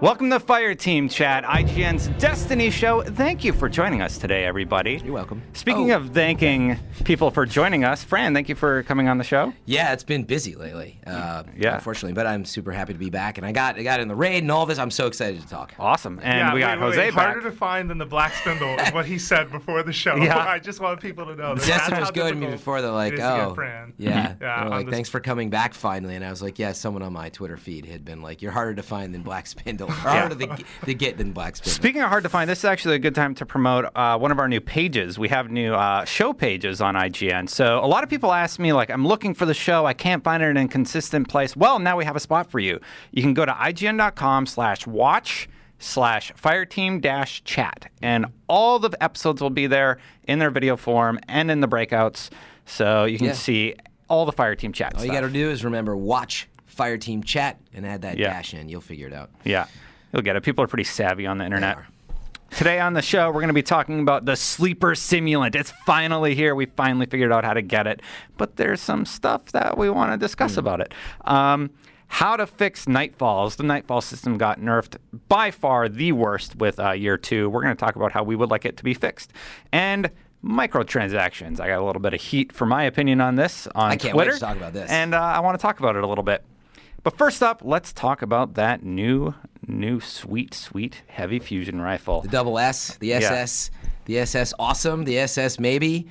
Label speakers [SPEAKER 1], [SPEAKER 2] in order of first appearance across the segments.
[SPEAKER 1] Welcome to Fire Team Chat, IGN's Destiny show. Thank you for joining us today, everybody.
[SPEAKER 2] You're welcome.
[SPEAKER 1] Speaking
[SPEAKER 2] Oh.
[SPEAKER 1] of thanking people for joining us, Fran, thank you for coming on the show.
[SPEAKER 2] Yeah, it's been busy lately. Uh,
[SPEAKER 1] Yeah.
[SPEAKER 2] Unfortunately, but I'm super happy to be back, and I got I got in the raid and all this. I'm so excited to talk.
[SPEAKER 1] Awesome. And
[SPEAKER 3] yeah,
[SPEAKER 1] we
[SPEAKER 3] wait,
[SPEAKER 1] got
[SPEAKER 3] wait, wait.
[SPEAKER 1] Jose back.
[SPEAKER 3] Harder to find than the black spindle is what he said before the show.
[SPEAKER 1] Yeah.
[SPEAKER 3] I just want people to know. that that's
[SPEAKER 2] Justin
[SPEAKER 3] how
[SPEAKER 2] was good to me
[SPEAKER 3] difficult
[SPEAKER 2] before. They're
[SPEAKER 3] it
[SPEAKER 2] like,
[SPEAKER 3] is to get
[SPEAKER 2] oh,
[SPEAKER 3] Fran.
[SPEAKER 1] Mm-hmm.
[SPEAKER 2] yeah. They
[SPEAKER 3] yeah.
[SPEAKER 2] were
[SPEAKER 3] on
[SPEAKER 2] like,
[SPEAKER 3] this-
[SPEAKER 2] thanks for coming back finally. And I was like, yeah. Someone on my Twitter feed had been like, you're harder to find than Black Spindle, or harder to, g- to get than Black Spindle.
[SPEAKER 1] Speaking of hard to find, this is actually a good time to promote uh, one of our new pages. We have new uh, show pages on IGN. So a lot of people ask me, like, I'm looking for the show. I can't find it in a consistent place. Well, now we have a spot for you. You can go to IGN.com slash watch slash fireteam dash chat. And all the episodes will be there in their video form and in the breakouts. So you can
[SPEAKER 2] Yeah.
[SPEAKER 1] see all the fireteam chat
[SPEAKER 2] all you
[SPEAKER 1] stuff.
[SPEAKER 2] got to do is remember watch Fire Team Chat and add that
[SPEAKER 1] Yeah.
[SPEAKER 2] dash in. You'll figure it out.
[SPEAKER 1] Yeah, you'll get it. People are pretty savvy on the internet.
[SPEAKER 2] are.
[SPEAKER 1] Today on the show, we're going to be talking about the sleeper simulant. It's finally here. We finally figured out how to get it, but there's some stuff that we want to
[SPEAKER 2] Mm.
[SPEAKER 1] discuss about it. Um, how to fix nightfalls. The nightfall system got nerfed by far the worst with uh, year two. We're going to talk about how we would like it to be fixed and microtransactions. I got a little bit of heat for my opinion on this on
[SPEAKER 2] I can't wait to
[SPEAKER 1] Twitter.
[SPEAKER 2] talk about this.
[SPEAKER 1] And uh, I want to talk about it a little bit. But first up, let's talk about that new, new sweet, sweet heavy fusion rifle.
[SPEAKER 2] The double S, the SS, the SS awesome, the SS maybe.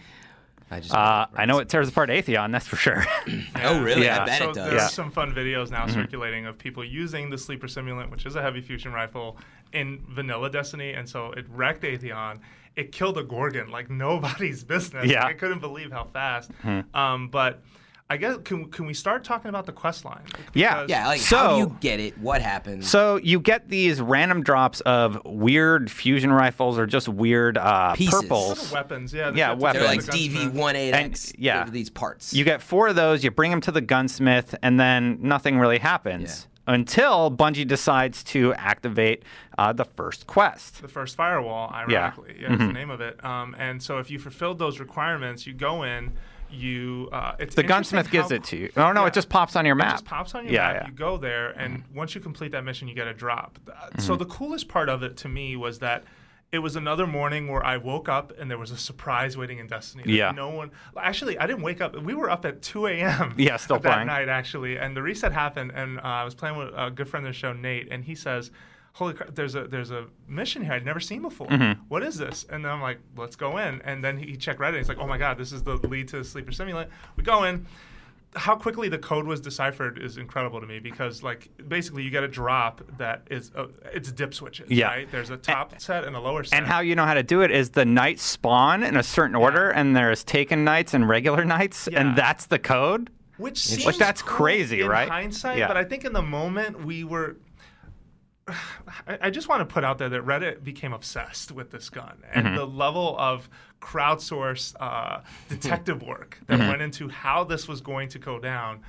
[SPEAKER 2] I just
[SPEAKER 1] Uh, I know it tears apart Atheon, that's for sure.
[SPEAKER 2] oh really?
[SPEAKER 1] yeah.
[SPEAKER 2] I bet
[SPEAKER 3] so
[SPEAKER 2] it does.
[SPEAKER 3] there's some fun videos now
[SPEAKER 2] Mm-hmm.
[SPEAKER 3] circulating of people using the sleeper simulant, which is a heavy fusion rifle, in vanilla Destiny, and so it wrecked Atheon. It killed a Gorgon like nobody's business.
[SPEAKER 1] Yeah. Mm-hmm.
[SPEAKER 3] I couldn't believe how fast. Um, but I guess can can we start talking about the quest line?
[SPEAKER 1] Yeah.
[SPEAKER 3] Because-
[SPEAKER 2] Yeah, like
[SPEAKER 1] So-
[SPEAKER 2] how you get it, what happens.
[SPEAKER 1] so you get these random drops of weird fusion rifles or just weird uh,
[SPEAKER 2] Pieces.
[SPEAKER 1] purples.
[SPEAKER 3] Weapons, yeah.
[SPEAKER 1] Yeah,
[SPEAKER 3] that's-
[SPEAKER 2] they're
[SPEAKER 1] weapons.
[SPEAKER 2] like
[SPEAKER 3] that's the gunsmith.
[SPEAKER 2] DV18X.
[SPEAKER 1] And- yeah.
[SPEAKER 2] they're these parts.
[SPEAKER 1] You get four of those, you bring them to the gunsmith, and then nothing really happens until Bungie decides to activate uh, the first quest.
[SPEAKER 3] the first firewall, ironically, yeah, is
[SPEAKER 1] Mm-hmm.
[SPEAKER 3] the name of it. Um, and so if you fulfilled those requirements, you go in, you uh, it's
[SPEAKER 1] The
[SPEAKER 3] interesting
[SPEAKER 1] gunsmith gives
[SPEAKER 3] how-
[SPEAKER 1] it to you. Oh, no,
[SPEAKER 3] Yeah.
[SPEAKER 1] it just pops on your map.
[SPEAKER 3] just pops on your
[SPEAKER 1] Yeah,
[SPEAKER 3] map.
[SPEAKER 1] yeah. Mm-hmm.
[SPEAKER 3] You go there, and once you complete that mission, you get a drop. Th- uh, So the coolest part of it to me was that it was another morning where I woke up and there was a surprise waiting in Destiny. that
[SPEAKER 1] Yeah.
[SPEAKER 3] No one. Actually, I didn't wake up. We were up at 2 a.m.
[SPEAKER 1] Yeah, still
[SPEAKER 3] that
[SPEAKER 1] playing.
[SPEAKER 3] night actually, and the reset happened, and uh, I was playing with a good friend of the show, Nate, and he says. Holy crap! There's a there's a mission here I'd never seen before. What is this? And then I'm like, let's go in. And then he checked Reddit. And he's like, oh my god, this is the lead to the sleeper simulant. We go in how quickly the code was deciphered is incredible to me because like basically you get a drop that is uh, it's dip switches
[SPEAKER 1] Yeah.
[SPEAKER 3] right there's a top set and a lower set
[SPEAKER 1] And how you know how to do it is the knights spawn in a certain order, and there's taken knights and regular knights,
[SPEAKER 3] Yeah.
[SPEAKER 1] and that's the code.
[SPEAKER 3] which seems
[SPEAKER 1] Which that's
[SPEAKER 3] cool
[SPEAKER 1] crazy,
[SPEAKER 3] in
[SPEAKER 1] right?
[SPEAKER 3] hindsight
[SPEAKER 1] Yeah.
[SPEAKER 3] but i think in the moment we were I I just want to put out there that Reddit became obsessed with this gun and
[SPEAKER 1] Mm-hmm.
[SPEAKER 3] the level of crowdsourced uh, detective work that
[SPEAKER 1] Mm-hmm.
[SPEAKER 3] went into how this was going to go down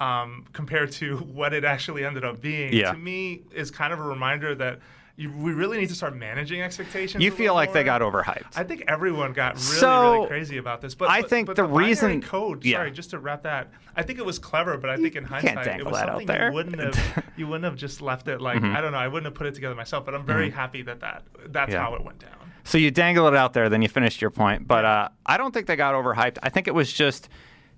[SPEAKER 3] um, compared to what it actually ended up being.
[SPEAKER 1] Yeah.
[SPEAKER 3] To me, is kind of a reminder that you, we really need to start managing expectations.
[SPEAKER 1] You
[SPEAKER 3] a
[SPEAKER 1] feel
[SPEAKER 3] little
[SPEAKER 1] like they
[SPEAKER 3] more.
[SPEAKER 1] got overhyped.
[SPEAKER 3] I think everyone got really,
[SPEAKER 1] So,
[SPEAKER 3] really crazy about this. But
[SPEAKER 1] I
[SPEAKER 3] but-
[SPEAKER 1] think
[SPEAKER 3] but
[SPEAKER 1] the
[SPEAKER 3] binary
[SPEAKER 1] reason-
[SPEAKER 3] code.
[SPEAKER 1] yeah.
[SPEAKER 3] Sorry, just to wrap that. I think it was clever, but I think in
[SPEAKER 1] can't
[SPEAKER 3] hindsight, it
[SPEAKER 1] dangle
[SPEAKER 3] was
[SPEAKER 1] that out
[SPEAKER 3] something
[SPEAKER 1] there. Mm-hmm.
[SPEAKER 3] you wouldn't have. You wouldn't have just left it like I don't know. I wouldn't have put it together myself. But I'm very happy that that that's
[SPEAKER 1] Yeah.
[SPEAKER 3] how it went down.
[SPEAKER 1] so you dangle it out there, then you finished your point. But uh, I don't think they got overhyped. I think it was just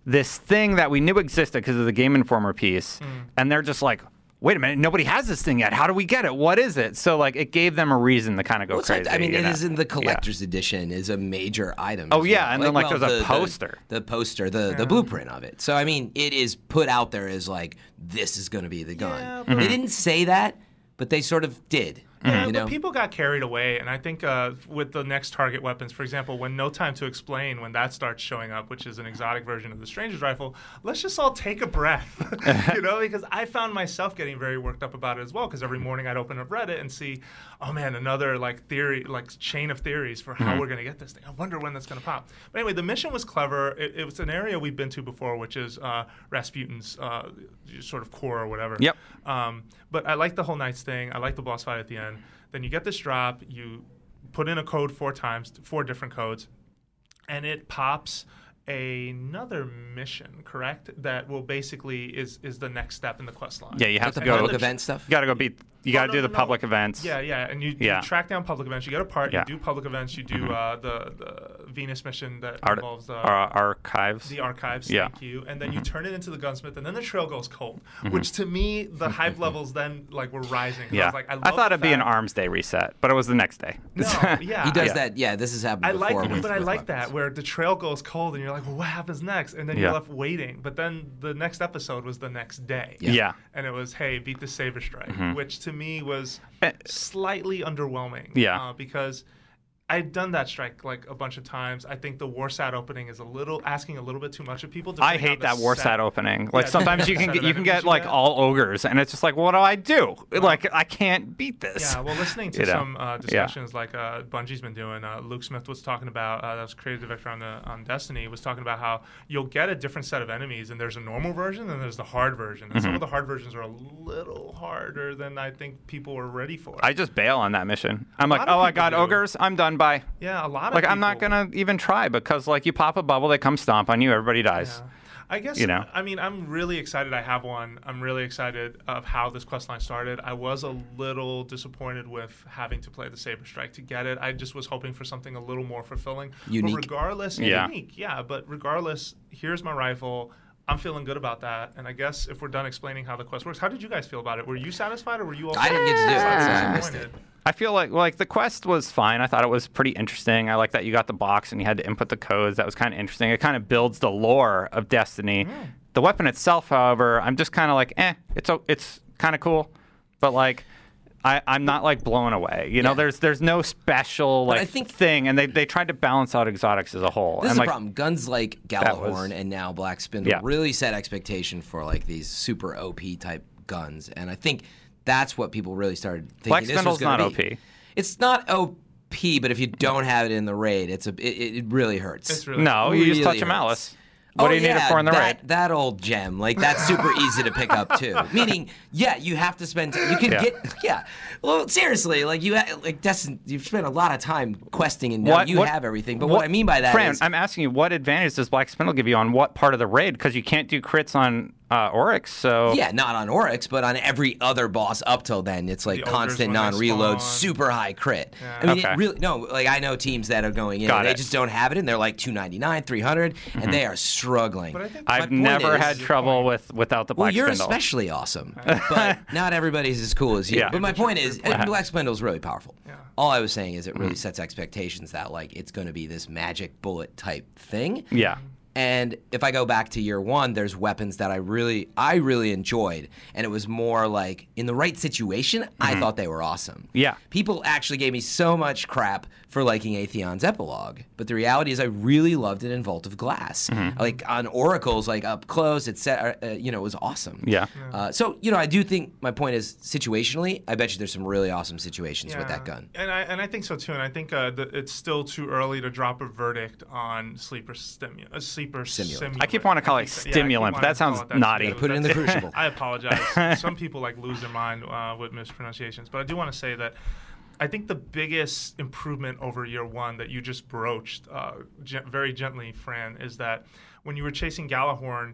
[SPEAKER 1] this thing that we knew existed because of the Game Informer
[SPEAKER 3] Mm.
[SPEAKER 1] piece, and they're just like, wait a minute, nobody has this thing yet. How do we get it? What is it? So like, it gave them a reason to kind of go
[SPEAKER 2] Well, it's
[SPEAKER 1] crazy.
[SPEAKER 2] like- I mean,
[SPEAKER 1] you
[SPEAKER 2] it
[SPEAKER 1] know?
[SPEAKER 2] is in the
[SPEAKER 1] Yeah.
[SPEAKER 2] collector's edition is a major item.
[SPEAKER 1] Oh,
[SPEAKER 2] as
[SPEAKER 1] yeah,
[SPEAKER 2] well.
[SPEAKER 1] and then, like, there's a
[SPEAKER 2] the- the-
[SPEAKER 1] poster.
[SPEAKER 2] the, poster, the the blueprint of it. So I mean, it is put out there as like this is going to be the gun.
[SPEAKER 3] Yeah,
[SPEAKER 1] Mm-hmm.
[SPEAKER 2] They didn't say that, but they sort of did.
[SPEAKER 3] Yeah,
[SPEAKER 2] you
[SPEAKER 3] but
[SPEAKER 2] know?
[SPEAKER 3] people got carried away, and I think uh, with the next target weapons, for example, when No Time to Explain, when that starts showing up, which is an exotic version of the Stranger's Rifle, let's just all take a breath, you know, because I found myself getting very worked up about it as well, because every morning I'd open up Reddit and see, oh man, another like theory, like chain of theories for how we're gonna get this thing. I wonder when that's gonna pop. But anyway, the mission was clever. It, it was an area we've been to before, which is uh, Rasputin's uh, sort of core or whatever.
[SPEAKER 1] Yep.
[SPEAKER 3] Um, but I like the whole Knights thing. I like the boss fight at the end. Then you get this drop. You put in a code four times, four different codes, and it pops another mission. Correct? That will basically is is the next step in the quest line.
[SPEAKER 1] Yeah, you have
[SPEAKER 2] the
[SPEAKER 1] to go
[SPEAKER 2] public event stuff.
[SPEAKER 1] You got to go beat you
[SPEAKER 3] Oh,
[SPEAKER 1] got to
[SPEAKER 3] no,
[SPEAKER 1] do
[SPEAKER 3] no,
[SPEAKER 1] the
[SPEAKER 3] no.
[SPEAKER 1] public events.
[SPEAKER 3] Yeah, yeah, and you,
[SPEAKER 1] Yeah.
[SPEAKER 3] you track down public events. You get a part.
[SPEAKER 1] Yeah. Mm-hmm.
[SPEAKER 3] You do public events. You do uh, the, the Venus mission that
[SPEAKER 1] Art-
[SPEAKER 3] involves uh,
[SPEAKER 1] ar- archives.
[SPEAKER 3] the archives.
[SPEAKER 1] Yeah. Mm-hmm.
[SPEAKER 3] Thank you. And then you turn it into the gunsmith, and then the trail goes cold. Which to me, the hype levels then like were rising. I
[SPEAKER 1] Mm-hmm. yeah.
[SPEAKER 3] was like, I, love
[SPEAKER 1] thought it'd be an
[SPEAKER 3] fact-
[SPEAKER 1] Arms Day reset, but it was the next day.
[SPEAKER 3] No, yeah.
[SPEAKER 2] He does
[SPEAKER 1] Ah, Yeah.
[SPEAKER 2] that. Yeah, this has happened
[SPEAKER 3] I
[SPEAKER 2] before.
[SPEAKER 3] like,
[SPEAKER 2] with-
[SPEAKER 3] but I
[SPEAKER 2] with
[SPEAKER 3] like
[SPEAKER 2] weapons.
[SPEAKER 3] that where the trail goes cold, and you're like, well, what happens next? And then
[SPEAKER 1] Yeah.
[SPEAKER 3] you're left waiting. But then the next episode was the next day.
[SPEAKER 1] yeah. Mm-hmm.
[SPEAKER 2] Yeah.
[SPEAKER 3] And it was, hey, beat the saber strike, which to me was
[SPEAKER 1] Eh.
[SPEAKER 3] slightly underwhelming.
[SPEAKER 1] Yeah.
[SPEAKER 3] uh, because I'd done that strike like a bunch of times. I think the Warsat opening is a little asking a little bit too much of people.
[SPEAKER 1] I
[SPEAKER 3] depending
[SPEAKER 1] hate
[SPEAKER 3] on
[SPEAKER 1] that
[SPEAKER 3] the
[SPEAKER 1] war
[SPEAKER 3] set.
[SPEAKER 1] side opening. Like
[SPEAKER 3] Yeah,
[SPEAKER 1] sometimes you
[SPEAKER 3] the
[SPEAKER 1] can
[SPEAKER 3] set
[SPEAKER 1] get
[SPEAKER 3] of
[SPEAKER 1] you can get
[SPEAKER 3] enemies you
[SPEAKER 1] like
[SPEAKER 3] get.
[SPEAKER 1] all ogres, and it's just like, what do I do? Like I can't beat this.
[SPEAKER 3] Yeah, well, listening to
[SPEAKER 1] You know?
[SPEAKER 3] some
[SPEAKER 1] Yeah.
[SPEAKER 3] uh, discussions like uh, Bungie's been doing, uh, Luke Smith was talking about, uh, that was creative director on, the, on Destiny, was talking about how you'll get a different set of enemies, and there's a normal version and there's the hard version. And
[SPEAKER 1] Mm-hmm.
[SPEAKER 3] some of the hard versions are a little harder than I think people were ready for.
[SPEAKER 1] I just bail on that mission. I'm like,
[SPEAKER 3] lot of
[SPEAKER 1] oh, I
[SPEAKER 3] people
[SPEAKER 1] got
[SPEAKER 3] do.
[SPEAKER 1] ogres. I'm done. Bye.
[SPEAKER 3] yeah, a lot of
[SPEAKER 1] Like I'm not
[SPEAKER 3] people-
[SPEAKER 1] gonna even try because like you pop a bubble, they come stomp on you, everybody dies.
[SPEAKER 3] Yeah. I guess
[SPEAKER 1] You know?
[SPEAKER 3] I mean, I'm really excited. I have one. I'm really excited of how this quest line started. I was a little disappointed with having to play the saber strike to get it. I just was hoping for something a little more fulfilling.
[SPEAKER 2] Unique.
[SPEAKER 3] But regardless,
[SPEAKER 1] Yeah.
[SPEAKER 3] unique, yeah. But regardless, here's my rifle. I'm feeling good about that. And I guess if we're done explaining how the quest works, how did you guys feel about it? Were you satisfied, or were you all
[SPEAKER 2] I didn't get to do it, so I missed
[SPEAKER 3] disappointed?
[SPEAKER 1] I feel like like the quest was fine. I thought it was pretty interesting. I like that you got the box and you had to input the codes. That was kind of interesting. It kind of builds the lore of Destiny.
[SPEAKER 2] Hmm.
[SPEAKER 1] The weapon itself, however, I'm just kind of like, eh, it's o- it's kind of cool, but like. I, I'm not like blown away. You know,
[SPEAKER 2] Yeah.
[SPEAKER 1] there's there's no special like
[SPEAKER 2] I think-
[SPEAKER 1] thing, and they, they tried to balance out exotics as a whole.
[SPEAKER 2] This
[SPEAKER 1] and
[SPEAKER 2] is
[SPEAKER 1] like,
[SPEAKER 2] the problem. Guns like
[SPEAKER 1] was-
[SPEAKER 2] Gallahorn and now Black Spindle
[SPEAKER 1] Yeah.
[SPEAKER 2] really set expectation for like these super OP type guns, and I think that's what people really started thinking.
[SPEAKER 1] Black
[SPEAKER 2] this
[SPEAKER 1] Spindle's
[SPEAKER 2] was gonna
[SPEAKER 1] not
[SPEAKER 2] be.
[SPEAKER 1] OP.
[SPEAKER 2] It's not OP, but if you don't have it in the raid, it's a it, it really hurts.
[SPEAKER 3] It's really
[SPEAKER 1] No, you just
[SPEAKER 2] Really
[SPEAKER 1] touch a
[SPEAKER 2] hurts.
[SPEAKER 1] malice. What
[SPEAKER 2] Oh,
[SPEAKER 1] do you need it
[SPEAKER 2] yeah,
[SPEAKER 1] for in the
[SPEAKER 2] that,
[SPEAKER 1] raid?
[SPEAKER 2] That old gem, like that's super easy to pick up too. Meaning, yeah, you have to spend. You can
[SPEAKER 1] Yeah.
[SPEAKER 2] get, yeah. Well, seriously, like you, ha- like Destin, you've spent a lot of time questing, and now
[SPEAKER 1] What-
[SPEAKER 2] you
[SPEAKER 1] what-
[SPEAKER 2] have everything. But what, I mean by that
[SPEAKER 1] Fran,
[SPEAKER 2] is-
[SPEAKER 1] I'm asking you, what advantage does Black Spindle give you on what part of the raid? Because you can't do crits on uh, Oryx, so
[SPEAKER 2] Yeah, not on Oryx, but on every other boss up till then, it's like
[SPEAKER 3] The ogres
[SPEAKER 2] constant
[SPEAKER 3] when they
[SPEAKER 2] non-reload,
[SPEAKER 3] spawn.
[SPEAKER 2] super high crit. I mean,
[SPEAKER 1] Okay.
[SPEAKER 2] it really no, like I know teams that are going in,
[SPEAKER 1] Got
[SPEAKER 2] and they
[SPEAKER 1] it. Mm-hmm.
[SPEAKER 2] just don't have it, and they're like 299, 300, and they are struggling.
[SPEAKER 3] But I think
[SPEAKER 1] I've
[SPEAKER 2] my point
[SPEAKER 1] never
[SPEAKER 2] is-
[SPEAKER 1] had trouble with without the Black
[SPEAKER 2] well, you're
[SPEAKER 1] Spindle.
[SPEAKER 2] especially awesome, but not everybody's as cool as you.
[SPEAKER 1] Yeah.
[SPEAKER 2] But my point is, Black Spindle's really powerful.
[SPEAKER 3] Yeah.
[SPEAKER 2] All I was saying is, it
[SPEAKER 1] Mm-hmm.
[SPEAKER 2] really sets expectations that like it's going to be this magic bullet type thing.
[SPEAKER 1] yeah,
[SPEAKER 2] And if I go back to year one, there's weapons that I really, I really enjoyed, and it was more like in the right situation, I thought they were awesome.
[SPEAKER 1] Mm-hmm. Yeah.
[SPEAKER 2] people actually gave me so much crap for liking Atheon's epilogue, but the reality is, I really loved it in Vault of Glass.
[SPEAKER 1] Mm-hmm.
[SPEAKER 2] Like on Oracles, like up close, it set, uh, you know, it was awesome.
[SPEAKER 1] Yeah.
[SPEAKER 2] Uh, so you know, I do think my point is situationally, I bet you there's some really awesome situations with that
[SPEAKER 3] Yeah.
[SPEAKER 2] gun.
[SPEAKER 3] And I and I think so too. And I think uh, the, it's still too early to drop a verdict on sleeper stimu- uh, sleeper
[SPEAKER 2] Stimulant.
[SPEAKER 3] stimulant.
[SPEAKER 1] I keep wanting to call it
[SPEAKER 3] think so- yeah, I keep
[SPEAKER 1] stimulant, but
[SPEAKER 3] wanting
[SPEAKER 1] that
[SPEAKER 3] to call
[SPEAKER 1] sounds
[SPEAKER 3] it that
[SPEAKER 1] naughty.
[SPEAKER 3] too.
[SPEAKER 2] Put it in the
[SPEAKER 3] That's-
[SPEAKER 2] crucible.
[SPEAKER 3] I apologize. Some people like lose their mind uh, with mispronunciations, but I do want to say that. I think the biggest improvement over year one that you just broached uh, gen- very gently, Fran, is that when you were chasing Galahorn,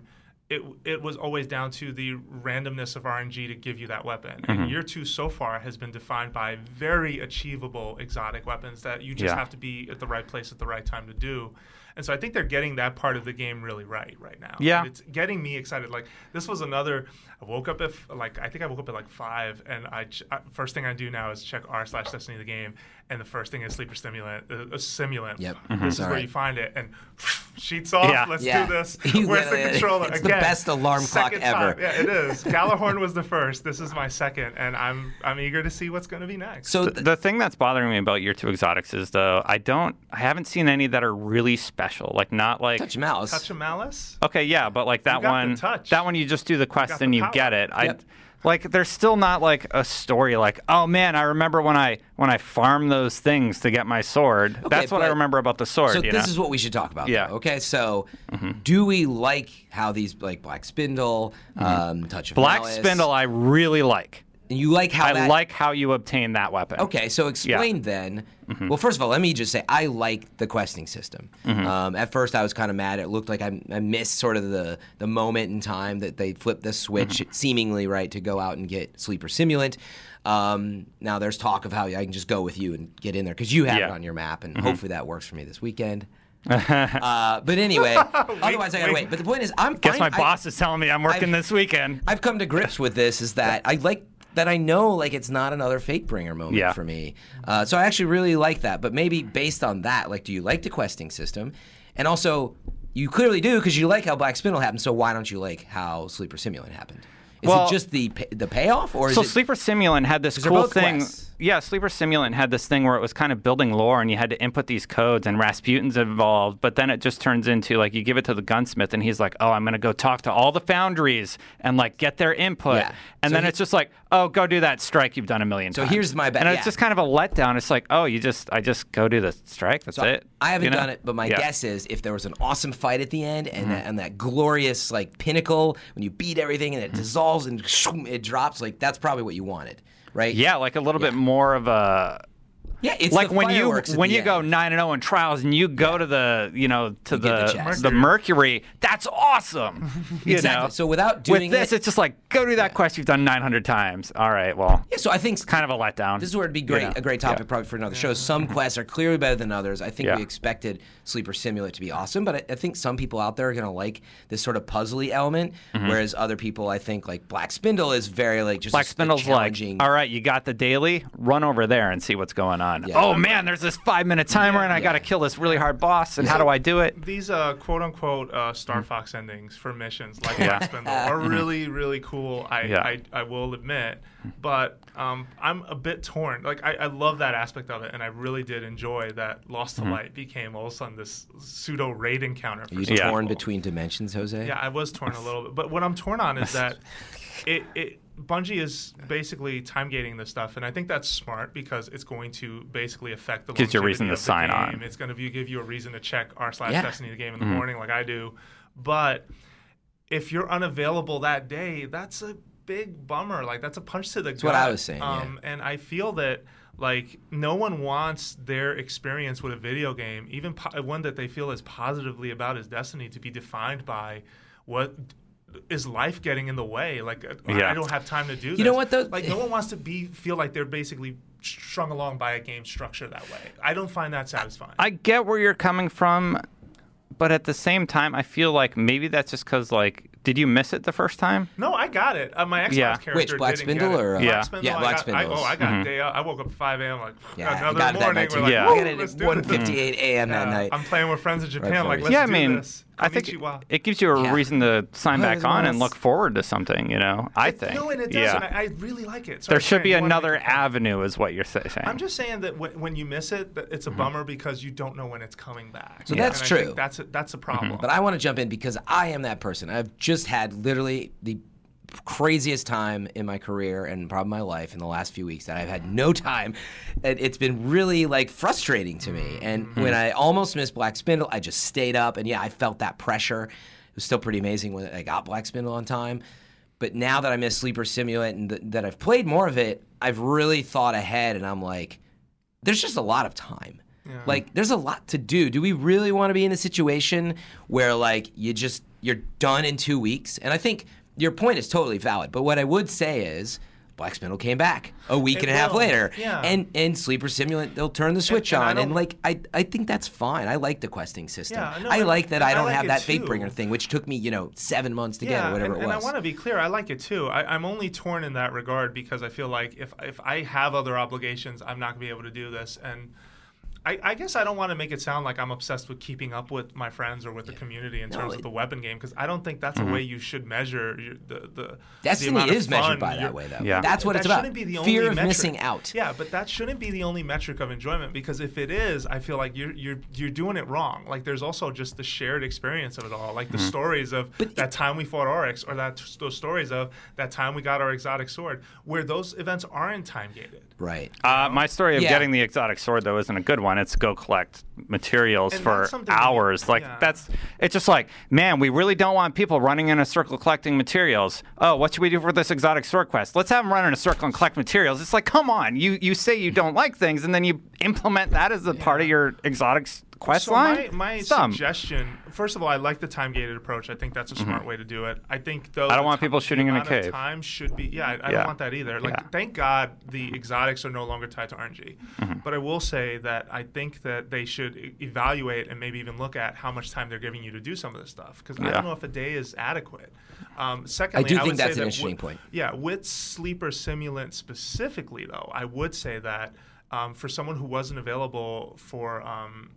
[SPEAKER 3] it it was always down to the randomness of RNG to give you that weapon. And year two so far has been defined by very achievable exotic weapons that you just
[SPEAKER 1] Yeah.
[SPEAKER 3] have to be at the right place at the right time to do. And so I think they're getting that part of the game really right right now.
[SPEAKER 1] Yeah.
[SPEAKER 3] And it's getting me excited. Like this was another. I woke up at f- like I think I woke up at like five, and I, ch- I first thing I do now is check r slash Destiny the game, and the first thing is sleeper stimulant, uh, a simulant.
[SPEAKER 2] Yep.
[SPEAKER 3] This
[SPEAKER 2] Mhm.
[SPEAKER 3] is where
[SPEAKER 2] Alright.
[SPEAKER 3] you find it, and sheets off.
[SPEAKER 1] Yeah.
[SPEAKER 3] Let's
[SPEAKER 2] Yeah.
[SPEAKER 3] do this.
[SPEAKER 2] You
[SPEAKER 3] Where's the
[SPEAKER 2] literally-
[SPEAKER 3] controller?
[SPEAKER 2] it's the
[SPEAKER 3] Again,
[SPEAKER 2] best alarm clock
[SPEAKER 3] second
[SPEAKER 2] ever.
[SPEAKER 3] Time. Yeah, it is. Galahorn was the first. This is my second, and I'm I'm eager to see what's going to be next.
[SPEAKER 2] So
[SPEAKER 1] The, the thing that's bothering me about year two exotics is though I don't, I haven't seen any that are really special. Like not like.
[SPEAKER 2] touch mouse.
[SPEAKER 3] Touch of malice.
[SPEAKER 1] Okay, yeah, but like that
[SPEAKER 3] got the
[SPEAKER 1] one,
[SPEAKER 3] touch.
[SPEAKER 1] that one you just do the quest
[SPEAKER 3] got the
[SPEAKER 1] and you
[SPEAKER 3] power.
[SPEAKER 1] get it. I
[SPEAKER 2] Yep.
[SPEAKER 1] like there's still not like a story like, oh man, I remember when I when I farmed those things to get my sword. That's what I
[SPEAKER 2] but-
[SPEAKER 1] remember about the sword.
[SPEAKER 2] So
[SPEAKER 1] you
[SPEAKER 2] this
[SPEAKER 1] know?
[SPEAKER 2] is what we should talk about.
[SPEAKER 1] Yeah. Mm-hmm.
[SPEAKER 2] though, okay. So, do we like how these like Black Spindle, um, Touch of
[SPEAKER 1] Mm-hmm. Black
[SPEAKER 2] Malice-
[SPEAKER 1] Spindle, I really like.
[SPEAKER 2] And you like how
[SPEAKER 1] I
[SPEAKER 2] that,
[SPEAKER 1] like how you obtain that weapon.
[SPEAKER 2] Okay, so explain then.
[SPEAKER 1] Mm-hmm.
[SPEAKER 2] Well, first of all, let me just say I like the questing system. Um, at first, I was kind of mad. It looked like I, I missed sort of the, the moment in time that they flipped the switch,
[SPEAKER 1] Mm-hmm.
[SPEAKER 2] seemingly right, to go out and get Sleeper Simulant. Um, now there's talk of how I can just go with you and get in there because you have it
[SPEAKER 1] Yeah. Mm-hmm.
[SPEAKER 2] on your map, and hopefully that works for me this weekend. uh, but anyway, otherwise I gotta wait. But the point is, I'm
[SPEAKER 1] Guess
[SPEAKER 2] fine.
[SPEAKER 1] my
[SPEAKER 2] I-
[SPEAKER 1] boss is telling me I'm working
[SPEAKER 2] I've-
[SPEAKER 1] this weekend.
[SPEAKER 2] I've come to grips with this is that I like that I know like it's not another fate bringer moment
[SPEAKER 1] Yeah.
[SPEAKER 2] for me. Uh, so I actually really like that. But maybe based on that, like, do you like the questing system? And also, you clearly do because you like how Black Spindle happened. So why don't you like how Sleeper Simulant happened? Is
[SPEAKER 1] Well-
[SPEAKER 2] it just the pay- the payoff, or is
[SPEAKER 1] So
[SPEAKER 2] it
[SPEAKER 1] Sleeper Simulant had this
[SPEAKER 2] they're
[SPEAKER 1] cool
[SPEAKER 2] both
[SPEAKER 1] thing.
[SPEAKER 2] quests.
[SPEAKER 1] Yeah, Sleeper Simulant had this thing where it was kind of building lore, and you had to input these codes, and Rasputin's involved. But then it just turns into like you give it to the gunsmith, and he's like, "Oh, I'm gonna go talk to all the foundries and like get their input."
[SPEAKER 2] Yeah.
[SPEAKER 1] And
[SPEAKER 2] So
[SPEAKER 1] then
[SPEAKER 2] he-
[SPEAKER 1] it's just like, "Oh, go do that strike you've done a million times."
[SPEAKER 2] here's my ba-
[SPEAKER 1] And
[SPEAKER 2] yeah.
[SPEAKER 1] it's just kind of a letdown. It's like, "Oh, you just I just go do the strike. That's
[SPEAKER 2] So
[SPEAKER 1] it."
[SPEAKER 2] I haven't
[SPEAKER 1] you know?
[SPEAKER 2] done it, but my
[SPEAKER 1] Yeah. Mm-hmm.
[SPEAKER 2] guess is if there was an awesome fight at the end and, that, and that glorious like pinnacle when you beat everything
[SPEAKER 1] Mm-hmm.
[SPEAKER 2] and it dissolves and shoom, it drops, like that's probably what you wanted, right?
[SPEAKER 1] Yeah, like a little bit more of a
[SPEAKER 2] yeah. It's
[SPEAKER 1] like
[SPEAKER 2] the
[SPEAKER 1] when you
[SPEAKER 2] fireworks at
[SPEAKER 1] when
[SPEAKER 2] the
[SPEAKER 1] you go
[SPEAKER 2] end.
[SPEAKER 1] nine and zero in trials and you go to the you know to
[SPEAKER 2] get the
[SPEAKER 1] the
[SPEAKER 2] chest.
[SPEAKER 1] the mercury, that's awesome. You
[SPEAKER 2] Exactly.
[SPEAKER 1] know?
[SPEAKER 2] So without doing
[SPEAKER 1] with this,
[SPEAKER 2] it-
[SPEAKER 1] it's just like go do that quest you've done nine hundred times. All right, well,
[SPEAKER 2] Yeah, so I think
[SPEAKER 1] kind of a letdown.
[SPEAKER 2] This is where it'd be
[SPEAKER 1] you
[SPEAKER 2] great,
[SPEAKER 1] know?
[SPEAKER 2] a great topic probably for another show. Some quests are clearly better than others. I think
[SPEAKER 1] Yeah.
[SPEAKER 2] we expected Sleeper Simulate to be awesome, but I, I think some people out there are going to like this sort of puzzly element, whereas other people, I think, like Black Spindle is very like just
[SPEAKER 1] Mm-hmm. Black
[SPEAKER 2] a
[SPEAKER 1] Spindle's like,
[SPEAKER 2] challenging.
[SPEAKER 1] all right, you got the daily. Run over there and see what's going on.
[SPEAKER 2] Yeah.
[SPEAKER 1] Oh man, there's this five minute timer, and I got to kill this really hard boss. And how do I do it?
[SPEAKER 3] These uh, quote unquote uh, Star Fox endings for missions like
[SPEAKER 1] Mm. Yeah. Mm-hmm.
[SPEAKER 3] Black Spindle are really, really cool. I,
[SPEAKER 1] Yeah. Mm.
[SPEAKER 3] I, I will admit, but um, I'm a bit torn. Like I, I love that aspect of it, and I really did enjoy that Lost to
[SPEAKER 1] Mm-hmm.
[SPEAKER 3] Light became all of a sudden this pseudo raid encounter. For
[SPEAKER 2] Are you
[SPEAKER 3] some
[SPEAKER 1] Yeah.
[SPEAKER 2] torn
[SPEAKER 3] people.
[SPEAKER 2] between dimensions, Jose?
[SPEAKER 3] Yeah, I was torn a little bit. But what I'm torn on is that it, it Bungie is basically time gating this stuff, and I think that's smart because it's going to basically affect the
[SPEAKER 1] Gives you a
[SPEAKER 3] longevity
[SPEAKER 1] reason to
[SPEAKER 3] of the
[SPEAKER 1] sign
[SPEAKER 3] game.
[SPEAKER 1] on.
[SPEAKER 3] It's going to give you a reason to check R slash
[SPEAKER 2] Yeah.
[SPEAKER 3] Destiny the game in the morning, like I do. But if you're unavailable that day, that's a big bummer. Like that's a punch to the gut.
[SPEAKER 2] what I was saying, yeah.
[SPEAKER 3] Um, and I feel that like no one wants their experience with a video game, even po- one that they feel as positively about as Destiny, to be defined by what is life getting in the way. Like uh, I-
[SPEAKER 1] Yeah.
[SPEAKER 3] I don't have time to do.
[SPEAKER 2] You know what, though?
[SPEAKER 3] Like no one wants to be feel like they're basically strung along by a game structure that way. I don't find that satisfying.
[SPEAKER 1] I get where you're coming from, but at the same time, I feel like maybe that's just because like, did you miss it the first time?
[SPEAKER 3] no, I got it. Uh, my Xbox
[SPEAKER 1] Yeah.
[SPEAKER 3] character.
[SPEAKER 2] Which, Black
[SPEAKER 3] didn't get
[SPEAKER 2] Spindle
[SPEAKER 3] it.
[SPEAKER 2] or, uh,
[SPEAKER 1] Yeah. Mm-hmm.
[SPEAKER 3] Black Spindle,
[SPEAKER 2] Yeah,
[SPEAKER 3] I
[SPEAKER 2] Black
[SPEAKER 3] got- I,
[SPEAKER 2] Spindles.
[SPEAKER 3] oh, I got day. I woke up at 5 a.m. Like
[SPEAKER 2] Yeah, I
[SPEAKER 3] another
[SPEAKER 2] got it that
[SPEAKER 3] morning.
[SPEAKER 2] night
[SPEAKER 3] We're
[SPEAKER 2] too.
[SPEAKER 3] like,
[SPEAKER 1] Yeah. Mm.
[SPEAKER 2] I
[SPEAKER 3] "Woo,
[SPEAKER 2] got it at
[SPEAKER 3] let's do it."
[SPEAKER 2] 1:58 a.m. that
[SPEAKER 3] Yeah,
[SPEAKER 2] night.
[SPEAKER 3] I'm playing with friends in
[SPEAKER 2] Right,
[SPEAKER 3] Japan.
[SPEAKER 2] very
[SPEAKER 3] like,
[SPEAKER 2] nice.
[SPEAKER 3] let's
[SPEAKER 1] yeah, I
[SPEAKER 3] do
[SPEAKER 1] mean,
[SPEAKER 3] this.
[SPEAKER 1] I think it,
[SPEAKER 3] Konnichiwa.
[SPEAKER 1] it gives you a
[SPEAKER 2] Yeah.
[SPEAKER 1] reason to sign
[SPEAKER 2] Oh,
[SPEAKER 1] back
[SPEAKER 2] there's
[SPEAKER 1] on
[SPEAKER 2] one
[SPEAKER 1] and
[SPEAKER 2] else.
[SPEAKER 1] look forward to something. You know, I
[SPEAKER 3] It-
[SPEAKER 1] think.
[SPEAKER 3] No, and it does.
[SPEAKER 1] yeah,
[SPEAKER 3] And I, I really like it. Sorry,
[SPEAKER 1] there should
[SPEAKER 3] Shane,
[SPEAKER 1] be
[SPEAKER 3] you wanna make
[SPEAKER 1] another
[SPEAKER 3] a point?
[SPEAKER 1] avenue, is what you're sa- saying.
[SPEAKER 3] I'm just saying that when, when you miss it, that
[SPEAKER 1] Mm-hmm.
[SPEAKER 3] it's a bummer because you don't know when it's coming back. So
[SPEAKER 2] that's true.
[SPEAKER 3] That's a, that's a
[SPEAKER 1] Mm-hmm.
[SPEAKER 3] problem.
[SPEAKER 2] But I want to jump in because I am that person. I've just had literally the craziest time in my career and probably my life in the last few weeks that I've had no time. And it's been really like frustrating to me. And when I almost missed Black Spindle, I just stayed up and yeah, I felt that pressure. It was still pretty amazing when I got Black Spindle on time. But now that I missed Sleeper Simulant and th- that I've played more of it, I've really thought ahead and I'm like, there's just a lot of time. Like there's a lot to do. Do we really want to be in a situation where like you just you're done in 2 weeks? And I think your point is totally valid, but what I would say is Black Spindle came back a week
[SPEAKER 3] It
[SPEAKER 2] and a half
[SPEAKER 3] will,
[SPEAKER 2] later.
[SPEAKER 3] yeah.
[SPEAKER 2] And and Sleeper Simulant they'll turn the switch
[SPEAKER 3] and I
[SPEAKER 2] on and
[SPEAKER 3] don't-
[SPEAKER 2] like I I think that's fine. I like the questing system.
[SPEAKER 3] Yeah, no,
[SPEAKER 2] I
[SPEAKER 3] and-
[SPEAKER 2] like that
[SPEAKER 3] and
[SPEAKER 2] I
[SPEAKER 3] I
[SPEAKER 2] don't
[SPEAKER 3] like
[SPEAKER 2] have
[SPEAKER 3] it
[SPEAKER 2] that
[SPEAKER 3] too.
[SPEAKER 2] Fate Bringer thing which took me, you know, 7 months to get or whatever
[SPEAKER 3] and,
[SPEAKER 2] it
[SPEAKER 3] and I
[SPEAKER 2] was.
[SPEAKER 3] want to be clear, I like it too. I, I'm only torn in that regard because I feel like if if I have other obligations, I'm not gonna be able to do this. And I, I guess I don't want to make it sound like I'm obsessed with keeping up with my friends or with the community in terms
[SPEAKER 2] it- Mm-hmm.
[SPEAKER 3] of the weapon game because I don't think that's a way you should measure your, the the the
[SPEAKER 2] Destiny
[SPEAKER 3] amount of
[SPEAKER 2] is measured
[SPEAKER 3] fun
[SPEAKER 2] by
[SPEAKER 3] you're-
[SPEAKER 2] that way though.
[SPEAKER 1] Yeah.
[SPEAKER 2] That's what
[SPEAKER 3] that
[SPEAKER 2] it's about.
[SPEAKER 3] shouldn't be the
[SPEAKER 2] Fear
[SPEAKER 3] only
[SPEAKER 2] of
[SPEAKER 3] metric.
[SPEAKER 2] missing out.
[SPEAKER 3] Yeah, but that shouldn't be the only metric of enjoyment because if it is, I feel like you're you're you're doing it wrong. Like there's also just the shared experience of it all, like the stories of that time we fought Oryx, or that those stories of that time we got our exotic sword, where those events aren't time gated.
[SPEAKER 2] Right.
[SPEAKER 1] Uh, my story of
[SPEAKER 2] Yeah.
[SPEAKER 1] getting the exotic sword though isn't a good one. on it to go collect materials
[SPEAKER 3] And
[SPEAKER 1] for
[SPEAKER 3] that's something we-
[SPEAKER 1] hours. Like
[SPEAKER 3] yeah.
[SPEAKER 1] that's it's just like, man, we really don't want people running in a circle collecting materials. Oh, what should we do for this exotic sword quest? Let's have them run in a circle and collect materials. It's like, come on, you you say you don't like things, and then you implement that as a part of your exotic s- quest
[SPEAKER 3] so
[SPEAKER 1] line.
[SPEAKER 3] my, my
[SPEAKER 1] Some.
[SPEAKER 3] suggestion first of all i like the time gated approach i think that's a smart way to do it i think though
[SPEAKER 1] Mm-hmm. I don't
[SPEAKER 3] the
[SPEAKER 1] want
[SPEAKER 3] ti-
[SPEAKER 1] people
[SPEAKER 3] the
[SPEAKER 1] shooting in a
[SPEAKER 3] amount of
[SPEAKER 1] cave.
[SPEAKER 3] time should be yeah i,
[SPEAKER 1] Yeah.
[SPEAKER 3] I don't want that either like
[SPEAKER 1] Yeah.
[SPEAKER 3] thank god the exotics are no longer tied to rng
[SPEAKER 1] Mm-hmm.
[SPEAKER 3] but i will say that i think that they should e- evaluate and maybe even look at how much time they're giving you to do some of this stuff because i
[SPEAKER 1] Yeah.
[SPEAKER 3] don't know if a day is adequate um, secondly
[SPEAKER 2] do
[SPEAKER 3] I
[SPEAKER 2] think
[SPEAKER 3] would
[SPEAKER 2] that's
[SPEAKER 3] say
[SPEAKER 2] an
[SPEAKER 3] that
[SPEAKER 2] interesting
[SPEAKER 3] wi-
[SPEAKER 2] point.
[SPEAKER 3] yeah, with Sleeper Simulant specifically, though, I would say that um, for someone who wasn't available for, um,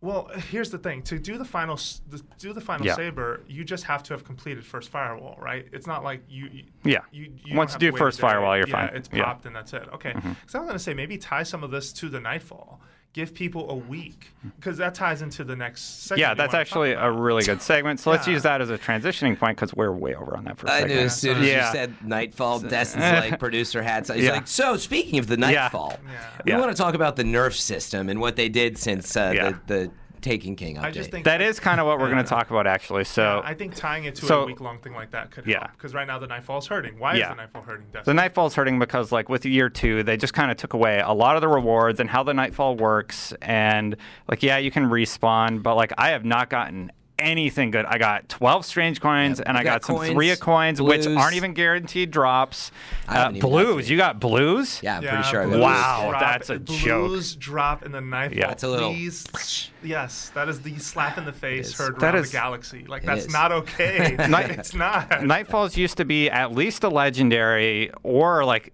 [SPEAKER 3] well, here's the thing: to do the final, s- to do the final
[SPEAKER 1] Yeah.
[SPEAKER 3] saber, you just have to have completed first firewall, right? It's not like you. you
[SPEAKER 1] Yeah.
[SPEAKER 3] You,
[SPEAKER 1] Once
[SPEAKER 3] don't have
[SPEAKER 1] you
[SPEAKER 3] to
[SPEAKER 1] do
[SPEAKER 3] wait a
[SPEAKER 1] first
[SPEAKER 3] day.
[SPEAKER 1] firewall, you're
[SPEAKER 3] yeah,
[SPEAKER 1] fine.
[SPEAKER 3] It's
[SPEAKER 1] Yeah. Mm-hmm.
[SPEAKER 3] popped and that's it. Okay. Because I was gonna say maybe tie some of this to the nightfall. Give people a week because that ties into the next. Segment
[SPEAKER 1] Mm-hmm. Yeah,
[SPEAKER 3] we
[SPEAKER 1] that's
[SPEAKER 3] wanna talk
[SPEAKER 1] actually
[SPEAKER 3] about.
[SPEAKER 1] a really good segment. So let's
[SPEAKER 3] Yeah.
[SPEAKER 1] use that as a transitioning point because we're way over on that for a
[SPEAKER 2] I
[SPEAKER 1] second.
[SPEAKER 2] knew as soon as
[SPEAKER 1] Yeah.
[SPEAKER 2] you said Nightfall, Destin's like producer hats. He's
[SPEAKER 1] Yeah.
[SPEAKER 2] like, so speaking of the Nightfall,
[SPEAKER 3] Yeah.
[SPEAKER 2] we
[SPEAKER 1] Yeah.
[SPEAKER 2] want to talk about the Nerf system and what they did since uh,
[SPEAKER 1] Yeah.
[SPEAKER 2] the, the Taken King update.
[SPEAKER 3] I just think
[SPEAKER 1] That is kind of what we're going to talk about, actually. So
[SPEAKER 3] I think tying it to
[SPEAKER 1] So-
[SPEAKER 3] a week long thing like that could
[SPEAKER 1] Yeah.
[SPEAKER 3] help. Because right now the Nightfall's hurting. Why
[SPEAKER 1] Yeah.
[SPEAKER 3] is the Nightfall hurting?
[SPEAKER 1] the
[SPEAKER 3] Destiny?
[SPEAKER 1] Nightfall's hurting because, like, with year two, they just kind of took away a lot of the rewards and how the Nightfall works. And, like, yeah, you can respawn, but, like, I have not gotten anything good. I got 12 strange coins and
[SPEAKER 2] You
[SPEAKER 1] I got,
[SPEAKER 2] got
[SPEAKER 1] some
[SPEAKER 2] coins,
[SPEAKER 1] three of coins, which
[SPEAKER 2] blues.
[SPEAKER 1] aren't even guaranteed drops. Uh,
[SPEAKER 2] I haven't even got
[SPEAKER 1] blues.
[SPEAKER 2] three.
[SPEAKER 1] you got blues?
[SPEAKER 2] yeah, I'm
[SPEAKER 3] Yeah,
[SPEAKER 2] pretty sure. I
[SPEAKER 3] blues
[SPEAKER 2] got
[SPEAKER 1] Wow.
[SPEAKER 2] this.
[SPEAKER 3] drop-
[SPEAKER 1] that's a
[SPEAKER 3] blues
[SPEAKER 1] joke.
[SPEAKER 3] drop in the Nightfall.
[SPEAKER 1] Yeah.
[SPEAKER 2] That's a little-
[SPEAKER 3] Please. Yes, that is the slap in the face
[SPEAKER 2] is.
[SPEAKER 3] heard
[SPEAKER 1] That
[SPEAKER 3] around
[SPEAKER 1] is-
[SPEAKER 3] the galaxy. Like that's
[SPEAKER 2] is.
[SPEAKER 3] not okay.
[SPEAKER 1] Night-
[SPEAKER 3] it's not.
[SPEAKER 1] Nightfalls used to be at least a legendary or, like,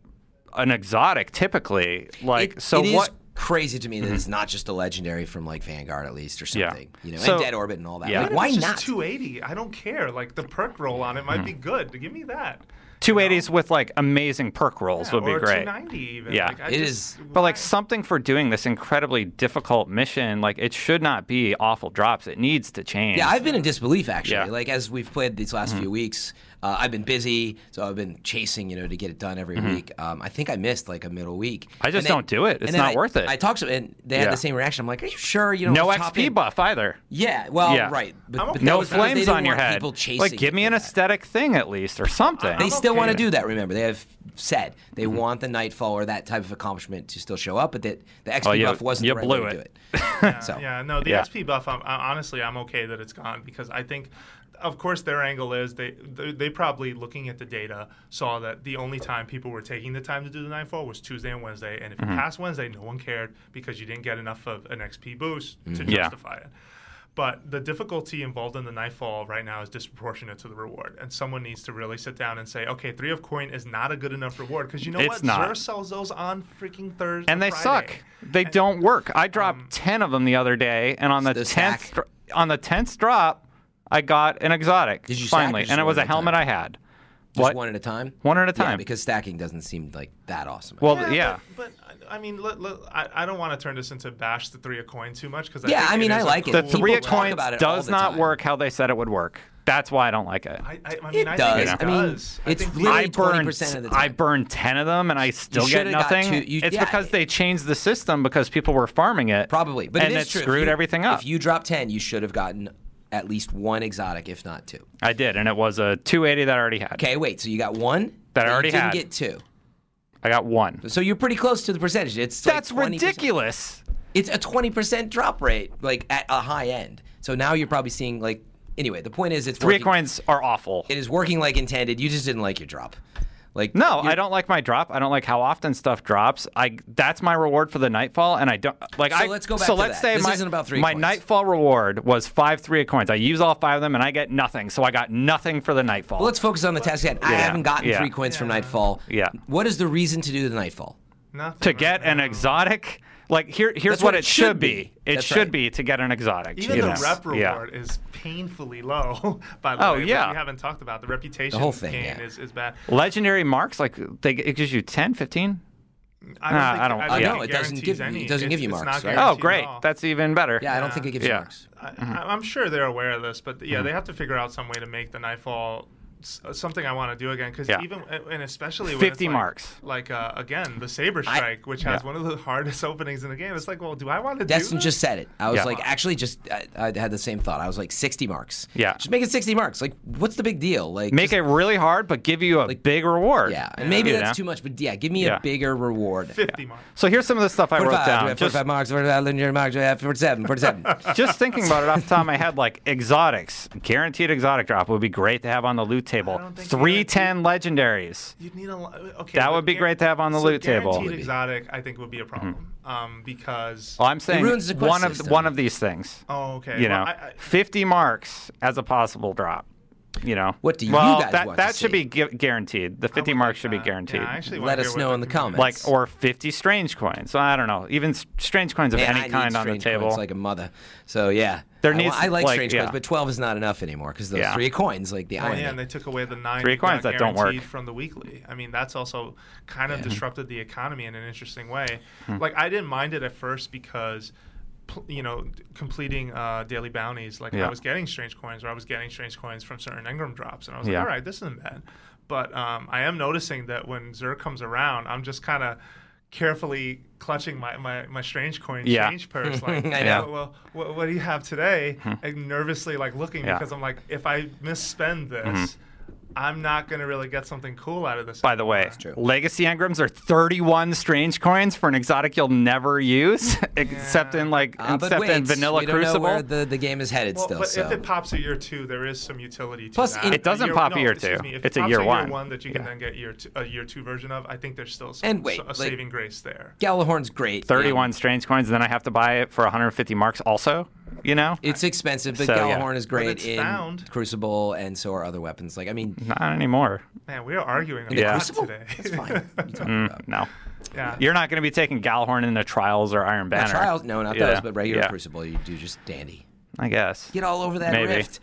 [SPEAKER 1] an exotic, typically. Like,
[SPEAKER 2] It-
[SPEAKER 1] so
[SPEAKER 2] it is
[SPEAKER 1] what? Mm-hmm.
[SPEAKER 2] crazy to me that it's not just a legendary from like Vanguard at least or
[SPEAKER 1] Yeah.
[SPEAKER 2] something. You know,
[SPEAKER 1] So-
[SPEAKER 2] and Dead Orbit and all that.
[SPEAKER 1] Yeah.
[SPEAKER 2] Like,
[SPEAKER 3] Even if
[SPEAKER 2] why
[SPEAKER 3] it's
[SPEAKER 2] not?
[SPEAKER 3] just 280? I don't care. Like the perk roll on it
[SPEAKER 1] Hmm.
[SPEAKER 3] might be good. Give me that.
[SPEAKER 1] Two eighties with like amazing perk rolls would be
[SPEAKER 3] or
[SPEAKER 1] great.
[SPEAKER 3] 290 even.
[SPEAKER 1] Yeah.
[SPEAKER 3] Like, I
[SPEAKER 2] It
[SPEAKER 3] just-
[SPEAKER 2] is-
[SPEAKER 1] But like
[SPEAKER 3] why-
[SPEAKER 1] something for doing this incredibly difficult mission, like it should not be awful drops. It needs to change.
[SPEAKER 2] Yeah, I've been in disbelief actually.
[SPEAKER 1] Yeah. Mm-hmm.
[SPEAKER 2] Like as we've played these last few weeks, uh, I've been busy, so I've been chasing, you know, to get it done every week. Um, I think I missed like a middle week.
[SPEAKER 1] Mm-hmm. I just
[SPEAKER 2] And then-
[SPEAKER 1] don't do it. It's
[SPEAKER 2] and then
[SPEAKER 1] not
[SPEAKER 2] I-
[SPEAKER 1] worth it.
[SPEAKER 2] I talked to them, and they
[SPEAKER 1] Yeah.
[SPEAKER 2] had the same reaction. I'm like, "Are you sure you don't
[SPEAKER 1] no
[SPEAKER 2] just hop
[SPEAKER 1] XP
[SPEAKER 2] in?"
[SPEAKER 1] buff either.
[SPEAKER 2] Yeah, well,
[SPEAKER 1] Yeah.
[SPEAKER 2] right. But,
[SPEAKER 3] I'm
[SPEAKER 2] but
[SPEAKER 3] okay
[SPEAKER 1] No
[SPEAKER 2] that was because they
[SPEAKER 1] flames
[SPEAKER 2] didn't
[SPEAKER 1] on your
[SPEAKER 2] want
[SPEAKER 1] head.
[SPEAKER 2] People chasing
[SPEAKER 1] Like, give
[SPEAKER 2] you
[SPEAKER 1] me
[SPEAKER 2] for
[SPEAKER 1] an
[SPEAKER 2] that.
[SPEAKER 1] aesthetic thing at least or something.
[SPEAKER 2] They
[SPEAKER 3] I'm
[SPEAKER 2] still want to
[SPEAKER 3] okay.
[SPEAKER 2] do that. Remember, they have said they
[SPEAKER 1] Mm-hmm.
[SPEAKER 2] want the nightfall or that type of accomplishment to still show up, but that the XP
[SPEAKER 1] Oh, you-
[SPEAKER 2] buff wasn't
[SPEAKER 1] you
[SPEAKER 2] the right
[SPEAKER 1] blew
[SPEAKER 2] way to do
[SPEAKER 1] it.
[SPEAKER 2] it. so
[SPEAKER 3] Yeah, no, the
[SPEAKER 1] Yeah.
[SPEAKER 3] XP buff. I'm, I, honestly, I'm okay that it's gone because I think, of course, their angle is they, they they probably looking at the data saw that the only time people were taking the time to do the nightfall was Tuesday and Wednesday, and if
[SPEAKER 1] Mm-hmm.
[SPEAKER 3] you passed Wednesday, no one cared because you didn't get enough of an XP boost to
[SPEAKER 1] Yeah.
[SPEAKER 3] justify it. But the difficulty involved in the nightfall right now is disproportionate to the reward, and someone needs to really sit down and say, "Okay, three of coin is not a good enough reward because you know
[SPEAKER 1] It's
[SPEAKER 3] what?
[SPEAKER 1] not.
[SPEAKER 3] Xur sells those on freaking Thursday,
[SPEAKER 1] and they
[SPEAKER 3] Friday.
[SPEAKER 1] suck. They don't work. I dropped ten of them the other day, and on the
[SPEAKER 2] The
[SPEAKER 1] tenth
[SPEAKER 2] stack.
[SPEAKER 1] dr- on the tenth drop, I got an exotic.
[SPEAKER 2] Did you stack or
[SPEAKER 1] finally,
[SPEAKER 2] just
[SPEAKER 1] and it
[SPEAKER 2] one
[SPEAKER 1] was
[SPEAKER 2] at
[SPEAKER 1] a
[SPEAKER 2] a time?
[SPEAKER 1] helmet I had.
[SPEAKER 2] just
[SPEAKER 1] What?
[SPEAKER 2] one at a time.
[SPEAKER 1] One at a
[SPEAKER 2] Yeah,
[SPEAKER 1] time.
[SPEAKER 2] because stacking doesn't seem like that awesome.
[SPEAKER 1] well, yeah.
[SPEAKER 3] But, but, I I mean, let, let, I, I don't want to turn this into bash the three of coin too much because
[SPEAKER 2] Yeah,
[SPEAKER 3] I, think
[SPEAKER 2] I mean,
[SPEAKER 3] it
[SPEAKER 2] I
[SPEAKER 3] is a
[SPEAKER 2] like it.
[SPEAKER 1] the
[SPEAKER 3] cool
[SPEAKER 1] three
[SPEAKER 3] way-
[SPEAKER 1] of
[SPEAKER 2] talk
[SPEAKER 1] coins
[SPEAKER 2] about it all
[SPEAKER 1] does
[SPEAKER 2] the
[SPEAKER 1] not
[SPEAKER 2] time.
[SPEAKER 1] work how they said it would work. That's why I don't like it.
[SPEAKER 3] I, I, I
[SPEAKER 2] It
[SPEAKER 3] mean, I
[SPEAKER 2] does.
[SPEAKER 3] Think it
[SPEAKER 2] I mean,
[SPEAKER 3] does.
[SPEAKER 2] it's
[SPEAKER 3] think
[SPEAKER 2] literally-
[SPEAKER 1] I burned
[SPEAKER 2] 20% of the
[SPEAKER 1] I
[SPEAKER 2] time.
[SPEAKER 1] burned ten of them and I still get
[SPEAKER 2] shoulda got
[SPEAKER 1] nothing.
[SPEAKER 2] two- you-
[SPEAKER 1] it's
[SPEAKER 2] yeah.
[SPEAKER 1] because they changed the system because people were farming it
[SPEAKER 2] Probably, but
[SPEAKER 1] and
[SPEAKER 2] it is true. If
[SPEAKER 1] screwed
[SPEAKER 2] you-
[SPEAKER 1] everything up.
[SPEAKER 2] If you drop ten, you should have gotten at least one exotic, if not two.
[SPEAKER 1] I did, and it was a 280 that I already had.
[SPEAKER 2] Okay, wait. So you got one
[SPEAKER 1] That I
[SPEAKER 2] but you
[SPEAKER 1] already
[SPEAKER 2] didn't
[SPEAKER 1] had.
[SPEAKER 2] Get two.
[SPEAKER 1] I got one.
[SPEAKER 2] So you're pretty close to the percentage. It's like
[SPEAKER 1] That's
[SPEAKER 2] 20%.
[SPEAKER 1] ridiculous.
[SPEAKER 2] It's a twenty percent drop rate, like at a high end. So now you're probably seeing like anyway. The point is, it's
[SPEAKER 1] Three
[SPEAKER 2] working.
[SPEAKER 1] coins are awful.
[SPEAKER 2] It is working like intended. You just didn't like your drop. Like
[SPEAKER 1] No,
[SPEAKER 2] you're-
[SPEAKER 1] I don't like my drop. I don't like how often stuff drops. I that's my reward for the nightfall, and I don't like.
[SPEAKER 2] So
[SPEAKER 1] I,
[SPEAKER 2] let's go back
[SPEAKER 1] So
[SPEAKER 2] to
[SPEAKER 1] let's
[SPEAKER 2] that.
[SPEAKER 1] say
[SPEAKER 2] This
[SPEAKER 1] my
[SPEAKER 2] isn't about three
[SPEAKER 1] my
[SPEAKER 2] coins.
[SPEAKER 1] nightfall reward was five three of coins. I use all five of them, and I get nothing. So I got nothing for the nightfall.
[SPEAKER 2] Well, let's focus on the task at hand. I
[SPEAKER 1] Yeah.
[SPEAKER 2] haven't gotten
[SPEAKER 1] Yeah.
[SPEAKER 2] three coins from
[SPEAKER 3] Yeah.
[SPEAKER 2] Nightfall.
[SPEAKER 1] Yeah.
[SPEAKER 2] What is the reason to do the Nightfall?
[SPEAKER 3] nothing
[SPEAKER 1] to
[SPEAKER 3] right
[SPEAKER 1] get an
[SPEAKER 3] now.
[SPEAKER 1] exotic. Like here, here's
[SPEAKER 2] That's
[SPEAKER 1] what it should be. It
[SPEAKER 2] That's
[SPEAKER 1] should
[SPEAKER 2] right.
[SPEAKER 1] be to get an exotic.
[SPEAKER 3] Even
[SPEAKER 1] you
[SPEAKER 3] the
[SPEAKER 1] know?
[SPEAKER 3] rep
[SPEAKER 1] Yeah.
[SPEAKER 3] reward is painfully low. By the
[SPEAKER 1] Oh,
[SPEAKER 3] way, which
[SPEAKER 1] yeah.
[SPEAKER 3] we haven't talked about the reputation.
[SPEAKER 2] whole thing,
[SPEAKER 3] gain
[SPEAKER 2] yeah.
[SPEAKER 3] is, is bad.
[SPEAKER 1] Legendary marks, like they, it gives you 10, 15.
[SPEAKER 3] I don't.
[SPEAKER 1] Nah,
[SPEAKER 3] think,
[SPEAKER 1] I don't-
[SPEAKER 3] think
[SPEAKER 1] yeah.
[SPEAKER 2] No, it doesn't
[SPEAKER 3] guarantees
[SPEAKER 2] give you-
[SPEAKER 3] any.
[SPEAKER 2] it doesn't give you
[SPEAKER 3] It's- it's not
[SPEAKER 2] marks, right?
[SPEAKER 1] Oh,
[SPEAKER 3] guaranteed at
[SPEAKER 1] great!
[SPEAKER 3] all.
[SPEAKER 1] That's even better.
[SPEAKER 2] Yeah, I don't think it gives
[SPEAKER 1] Yeah.
[SPEAKER 2] you marks.
[SPEAKER 1] Mm-hmm.
[SPEAKER 3] I, I- I'm sure they're aware of this, but yeah, they have to figure out some way to make the nightfall s- uh, something I want to do again because
[SPEAKER 1] Yeah.
[SPEAKER 3] even and especially when
[SPEAKER 1] 50
[SPEAKER 3] it's like-
[SPEAKER 1] marks.
[SPEAKER 3] like uh, again the saber strike, which has
[SPEAKER 1] yeah.
[SPEAKER 3] one of the hardest openings in the game. It's like, well, do I want to do
[SPEAKER 2] Destin
[SPEAKER 3] this?
[SPEAKER 2] just said it. I was
[SPEAKER 1] Yeah.
[SPEAKER 2] like, actually, just I, I had the same thought. I was like, sixty marks.
[SPEAKER 1] Yeah.
[SPEAKER 2] just make it sixty marks. Like, what's the big deal? Like,
[SPEAKER 1] Make
[SPEAKER 2] just-
[SPEAKER 1] it really hard, but give you a big reward.
[SPEAKER 2] Yeah, and maybe
[SPEAKER 1] You
[SPEAKER 2] that's
[SPEAKER 1] know?
[SPEAKER 2] too much, but yeah, give me
[SPEAKER 1] Yeah.
[SPEAKER 2] a bigger reward.
[SPEAKER 3] fifty marks.
[SPEAKER 1] So here's some of the stuff I wrote
[SPEAKER 2] 45,
[SPEAKER 1] down.
[SPEAKER 2] do I have
[SPEAKER 1] Just-
[SPEAKER 2] 45 marks, 45, 100 marks, do I have 47, 47.
[SPEAKER 1] just thinking about it off the top of my head, like exotics, guaranteed exotic drop would be great to have on the loot table.
[SPEAKER 3] don't think
[SPEAKER 1] Three ten legendaries.
[SPEAKER 3] You'd need a lo- uh, okay.
[SPEAKER 1] That
[SPEAKER 3] but
[SPEAKER 1] would be
[SPEAKER 3] guar-
[SPEAKER 1] great to have on the
[SPEAKER 3] so
[SPEAKER 1] loot table.
[SPEAKER 3] guaranteed
[SPEAKER 1] Would be. Mm-hmm.
[SPEAKER 3] exotic, I think, would be a problem um, because.
[SPEAKER 1] Well, I'm saying
[SPEAKER 2] ruins the quest
[SPEAKER 1] one of
[SPEAKER 2] system.
[SPEAKER 1] one of these things.
[SPEAKER 3] Oh, okay.
[SPEAKER 1] You
[SPEAKER 3] Well,
[SPEAKER 1] know,
[SPEAKER 3] I- I-
[SPEAKER 1] fifty marks as a possible drop. You know,
[SPEAKER 2] What do you
[SPEAKER 1] well,
[SPEAKER 2] guys
[SPEAKER 1] that
[SPEAKER 2] want to
[SPEAKER 1] that should
[SPEAKER 2] see?
[SPEAKER 1] be gu- guaranteed. The
[SPEAKER 3] I would
[SPEAKER 1] fifty marks
[SPEAKER 3] like
[SPEAKER 1] should be
[SPEAKER 3] that.
[SPEAKER 1] guaranteed.
[SPEAKER 3] uh, Yeah, I actually wanna
[SPEAKER 2] Let
[SPEAKER 3] hear
[SPEAKER 2] us
[SPEAKER 3] what
[SPEAKER 2] know in the
[SPEAKER 3] community-
[SPEAKER 2] comments.
[SPEAKER 1] like or fifty strange coins. So I don't know. Even s- strange coins of
[SPEAKER 2] Man, I
[SPEAKER 1] any
[SPEAKER 2] need
[SPEAKER 1] kind on the
[SPEAKER 2] strange
[SPEAKER 1] table.
[SPEAKER 2] Coins like a mother. So yeah,
[SPEAKER 1] There
[SPEAKER 2] I,
[SPEAKER 1] needs-
[SPEAKER 2] want- I like,
[SPEAKER 1] like,
[SPEAKER 2] strange
[SPEAKER 1] yeah.
[SPEAKER 2] coins, but 12 is not enough anymore because those
[SPEAKER 1] Yeah.
[SPEAKER 2] three coins, like the
[SPEAKER 3] Oh,
[SPEAKER 2] irony.
[SPEAKER 3] yeah, and they took away the nine
[SPEAKER 1] Three coins
[SPEAKER 3] not
[SPEAKER 1] that don't work.
[SPEAKER 3] guaranteed from the weekly. I mean, that's also kind of disrupted the economy in an interesting way.
[SPEAKER 1] Hmm.
[SPEAKER 3] Like I didn't mind it at first because. pl- You know, d- completing uh, daily bounties, like
[SPEAKER 1] Yeah.
[SPEAKER 3] I was getting strange coins, or I was getting strange coins from certain Engram drops, and I was
[SPEAKER 1] Yeah.
[SPEAKER 3] like, all right, this isn't bad. But um, I am noticing that when Xur comes around, I'm just kind of carefully clutching my, my, my strange coin
[SPEAKER 1] Yeah.
[SPEAKER 3] change purse, like,
[SPEAKER 2] I
[SPEAKER 1] know.
[SPEAKER 3] "Oh, well, what, what do you have today? And nervously, like looking
[SPEAKER 1] Hmm. Yeah. Mm-hmm.
[SPEAKER 3] because I'm like, if I misspend this, I'm not gonna really get something cool out of this.
[SPEAKER 1] By the way,
[SPEAKER 2] true.
[SPEAKER 1] legacy engrams are 31 strange coins for an exotic you'll never use, except in like
[SPEAKER 2] Uh, but
[SPEAKER 1] except
[SPEAKER 2] wait,
[SPEAKER 1] in Vanilla
[SPEAKER 2] we don't know where
[SPEAKER 1] Crucible.
[SPEAKER 2] the, the game is headed
[SPEAKER 3] Well,
[SPEAKER 2] still.
[SPEAKER 3] but
[SPEAKER 2] so.
[SPEAKER 3] if it pops a year two, there is some utility to
[SPEAKER 2] Plus,
[SPEAKER 3] that.
[SPEAKER 2] in- It
[SPEAKER 3] A
[SPEAKER 1] doesn't pop a
[SPEAKER 3] no,
[SPEAKER 1] year
[SPEAKER 3] excuse
[SPEAKER 1] two.
[SPEAKER 3] me, if
[SPEAKER 1] It's
[SPEAKER 3] it
[SPEAKER 1] a
[SPEAKER 3] pops
[SPEAKER 1] year
[SPEAKER 3] a year
[SPEAKER 1] one.
[SPEAKER 3] one. that you can
[SPEAKER 1] Yeah.
[SPEAKER 3] then get year two, a year two version of. I think there's still some,
[SPEAKER 2] And wait,
[SPEAKER 3] a
[SPEAKER 2] like-
[SPEAKER 3] saving grace there.
[SPEAKER 2] Galahorn's great.
[SPEAKER 1] 31 strange coins, and then I have to buy it for 150 marks. Also, you know,
[SPEAKER 2] It's expensive, but
[SPEAKER 1] So, yeah.
[SPEAKER 2] Galahorn is great
[SPEAKER 3] it's
[SPEAKER 2] in
[SPEAKER 3] found.
[SPEAKER 2] Crucible, and so are other weapons. Like I mean,
[SPEAKER 1] not anymore.
[SPEAKER 3] Man, we are arguing a
[SPEAKER 1] Yeah.
[SPEAKER 3] lot
[SPEAKER 2] Crucible.
[SPEAKER 3] today.
[SPEAKER 2] That's fine. What are you talking about?
[SPEAKER 1] Mm, No,
[SPEAKER 3] yeah.
[SPEAKER 1] you're not going to be taking Galhorn into Trials or Iron Banner.
[SPEAKER 2] Trials? No, not
[SPEAKER 1] Yeah,
[SPEAKER 2] those, but regular
[SPEAKER 1] yeah,
[SPEAKER 2] Crucible, you do just dandy.
[SPEAKER 1] I guess.
[SPEAKER 2] Get all over that
[SPEAKER 1] Maybe.
[SPEAKER 2] rift.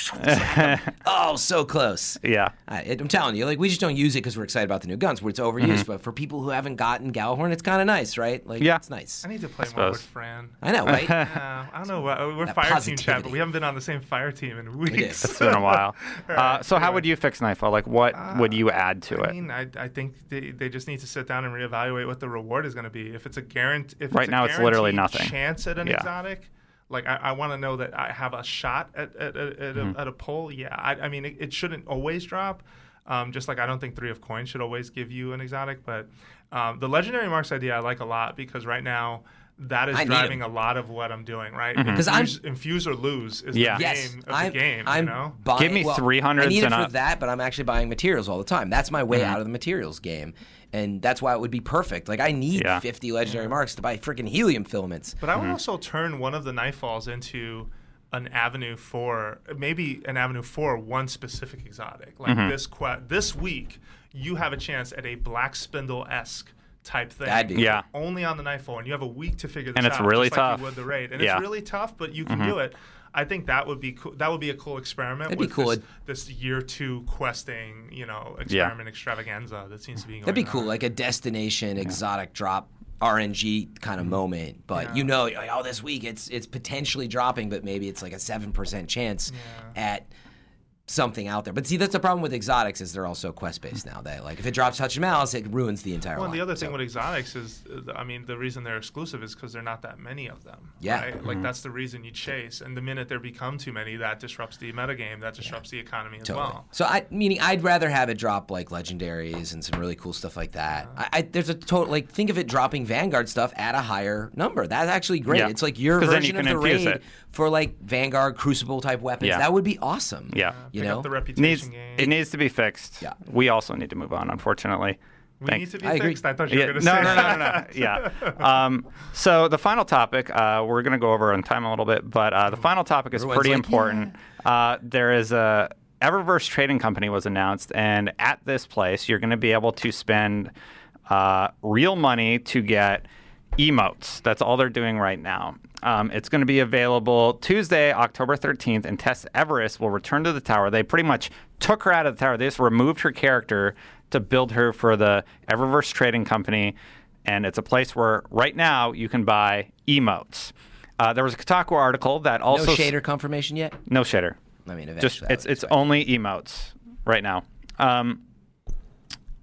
[SPEAKER 2] oh, so close.
[SPEAKER 1] Yeah,
[SPEAKER 2] I, it- I'm telling you, like we just don't use it because we're excited about the new guns. Where it's overused, but for people who haven't gotten Galahorn, it's kind of nice, right? Like,
[SPEAKER 1] Mm-hmm. Yeah.
[SPEAKER 2] it's nice.
[SPEAKER 3] I need to play more with
[SPEAKER 1] suppose.
[SPEAKER 3] Fran.
[SPEAKER 2] I know, right?
[SPEAKER 3] Yeah, I don't know. uh, We're
[SPEAKER 2] That
[SPEAKER 3] fire team chat, but
[SPEAKER 2] positivity.
[SPEAKER 3] we haven't been on the same fire team in weeks.
[SPEAKER 2] is.
[SPEAKER 1] it's been a while. Uh, so, how would you fix Nightfall? Like, what
[SPEAKER 2] Uh,
[SPEAKER 1] would you add to
[SPEAKER 3] I
[SPEAKER 1] it?
[SPEAKER 3] mean, I, I think they, they just need to sit down and reevaluate what the reward is going to be. If it's a guarantee, if
[SPEAKER 1] Right
[SPEAKER 3] it's a
[SPEAKER 1] now, it's literally
[SPEAKER 3] guaranteed
[SPEAKER 1] nothing.
[SPEAKER 3] Chance at an
[SPEAKER 1] Yeah.
[SPEAKER 3] exotic, like I, I want to know that I have a shot at at, at, at,
[SPEAKER 1] Mm-hmm.
[SPEAKER 3] a, at a pull. Yeah, I, I mean, it, it shouldn't always drop. Um, just like I don't think three of coins should always give you an exotic, but um, the legendary marks idea I like a lot because right now that is
[SPEAKER 2] I need 'em.
[SPEAKER 3] driving a lot of what I'm doing. Right?
[SPEAKER 2] 'Cause I'm-
[SPEAKER 3] Infuse- infuse or lose is
[SPEAKER 1] Mm-hmm. Yeah.
[SPEAKER 3] the
[SPEAKER 2] yes,
[SPEAKER 3] game of
[SPEAKER 2] I'm.
[SPEAKER 3] the game.
[SPEAKER 2] I'm
[SPEAKER 3] you know?
[SPEAKER 2] buying.
[SPEAKER 1] Give me
[SPEAKER 2] well,
[SPEAKER 1] 300s
[SPEAKER 2] I need it
[SPEAKER 1] and Mm-hmm.
[SPEAKER 2] for
[SPEAKER 1] up.
[SPEAKER 2] that, but I'm actually buying materials all the time. That's my way out of the materials game, and that's why it would be perfect. Like I need
[SPEAKER 1] Yeah.
[SPEAKER 2] 50 legendary marks to buy freaking helium filaments.
[SPEAKER 3] But I would also turn one of the Nightfalls into an avenue for maybe an avenue for one specific exotic. Like
[SPEAKER 2] Mm-hmm.
[SPEAKER 3] this que- this week, you have a chance at a black spindle esque type thing.
[SPEAKER 2] That'd be
[SPEAKER 1] Yeah.
[SPEAKER 3] Only on the Nightfall, and you have a week to figure this
[SPEAKER 1] And it's
[SPEAKER 3] out.
[SPEAKER 1] really
[SPEAKER 3] just Like
[SPEAKER 1] tough.
[SPEAKER 3] you would the raid, and
[SPEAKER 1] Yeah.
[SPEAKER 3] it's really tough, but you can do it. I think that would be cool. That would be a cool experiment.
[SPEAKER 2] Mm-hmm. That'd be
[SPEAKER 3] with
[SPEAKER 2] cool.
[SPEAKER 3] This, this year two questing, you know, experiment extravaganza that seems to be going.
[SPEAKER 2] That'd be
[SPEAKER 3] on.
[SPEAKER 2] cool, like a destination exotic drop RNG kind of
[SPEAKER 1] Mm-hmm.
[SPEAKER 2] moment. But you know, you're like, oh, this week it's it's potentially dropping, but maybe it's like a seven percent chance at something out there. But see, that's the problem with exotics is they're all so quest based now. That like if it drops Touch and Malice, it ruins the entire.
[SPEAKER 3] Well, and the
[SPEAKER 2] lineup.
[SPEAKER 3] other thing
[SPEAKER 2] So-
[SPEAKER 3] with exotics is, uh, th- I mean, the reason they're exclusive is because they're not that many of them.
[SPEAKER 2] Yeah.
[SPEAKER 3] Right?
[SPEAKER 1] Mm-hmm.
[SPEAKER 3] Like, that's the reason you chase. And the minute there become too many, that disrupts the metagame, that disrupts the economy as
[SPEAKER 2] Totally.
[SPEAKER 3] well.
[SPEAKER 2] So I meaning I'd rather have it drop like legendaries and some really cool stuff like that.
[SPEAKER 1] Uh-huh.
[SPEAKER 2] I, I there's a total like think of it dropping Vanguard stuff at a higher number. That's actually great.
[SPEAKER 1] Yeah.
[SPEAKER 2] It's like your
[SPEAKER 1] 'Cause then you
[SPEAKER 2] version of
[SPEAKER 1] can
[SPEAKER 2] the
[SPEAKER 1] infuse
[SPEAKER 2] raid
[SPEAKER 1] it.
[SPEAKER 2] for like Vanguard Crucible type weapons.
[SPEAKER 1] Yeah.
[SPEAKER 2] That would be awesome.
[SPEAKER 1] Yeah.
[SPEAKER 2] You
[SPEAKER 3] Pick
[SPEAKER 2] know.
[SPEAKER 3] up the reputation
[SPEAKER 1] needs
[SPEAKER 3] game.
[SPEAKER 1] it needs to be fixed.
[SPEAKER 2] Yeah.
[SPEAKER 1] We also need to move on, unfortunately.
[SPEAKER 3] we
[SPEAKER 1] Thank-
[SPEAKER 3] need to be
[SPEAKER 2] I agree.
[SPEAKER 3] fixed. I thought you were
[SPEAKER 1] Yeah,
[SPEAKER 3] going to
[SPEAKER 1] no,
[SPEAKER 3] say
[SPEAKER 1] no, no, no,
[SPEAKER 3] that.
[SPEAKER 1] no. Yeah. Um, so the final topic, uh, we're going to go over on time a little bit, but uh, the final topic is
[SPEAKER 2] Everyone's
[SPEAKER 1] pretty
[SPEAKER 2] like,
[SPEAKER 1] important. Uh, there is a Eververse Trading Company was announced, and at this place, you're going to be able to spend uh, real money to get emotes. That's all they're doing right now. Um, it's going to be available Tuesday, October 13th, and Tess Everest will return to the tower. They pretty much took her out of the tower. They just removed her character to build her for the Eververse Trading Company, and it's a place where right now you can buy emotes. Uh, there was a Kotaku article that
[SPEAKER 2] no
[SPEAKER 1] also
[SPEAKER 2] shader confirmation yet.
[SPEAKER 1] no shader.
[SPEAKER 2] I mean, eventually
[SPEAKER 1] Just
[SPEAKER 2] I
[SPEAKER 1] it's
[SPEAKER 2] would
[SPEAKER 1] it's only emotes right now. Um,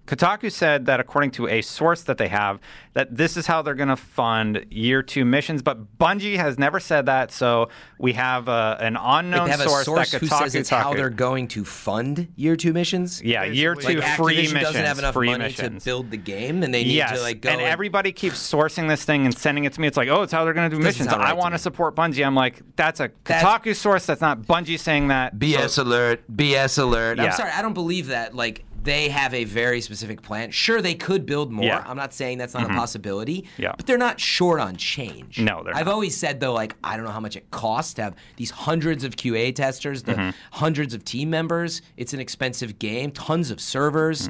[SPEAKER 1] Kotaku said that according to a source that they have, that this is how they're going to fund year two missions. But Bungie has never said that, so we have uh, an unknown
[SPEAKER 2] They have
[SPEAKER 1] source,
[SPEAKER 2] a source
[SPEAKER 1] that
[SPEAKER 2] who
[SPEAKER 1] Kotaku
[SPEAKER 2] says it's how
[SPEAKER 1] Kotaku-
[SPEAKER 2] they're going to fund year two missions.
[SPEAKER 1] yeah year
[SPEAKER 3] Basically.
[SPEAKER 1] two
[SPEAKER 3] Like
[SPEAKER 1] free
[SPEAKER 2] Activision
[SPEAKER 1] missions
[SPEAKER 2] doesn't have enough
[SPEAKER 1] free
[SPEAKER 2] money
[SPEAKER 1] missions.
[SPEAKER 2] to build the game, and they need
[SPEAKER 1] yes,
[SPEAKER 2] to like go
[SPEAKER 1] and
[SPEAKER 2] and-
[SPEAKER 1] everybody keeps sourcing this thing and sending it to me. It's like, oh, it's how they're going to do
[SPEAKER 2] Doesn't
[SPEAKER 1] missions.
[SPEAKER 2] sound right
[SPEAKER 1] I
[SPEAKER 2] to
[SPEAKER 1] want
[SPEAKER 2] me.
[SPEAKER 1] to support Bungie. I'm like, that's a
[SPEAKER 2] That's-
[SPEAKER 1] Kotaku source. That's not Bungie saying that.
[SPEAKER 2] BS alert! BS alert!
[SPEAKER 1] Yeah.
[SPEAKER 2] I'm sorry, I don't believe that. Like they have a very specific plan. Sure, they could build more.
[SPEAKER 1] Yeah. Mm-hmm.
[SPEAKER 2] I'm not saying that's not a possibility.
[SPEAKER 1] Yeah.
[SPEAKER 2] But they're not short on change.
[SPEAKER 1] No, they're
[SPEAKER 2] I've
[SPEAKER 1] not.
[SPEAKER 2] always said though, like I don't know how much it costs to have these hundreds of QA testers, the hundreds of team members. It's an expensive game, tons of servers.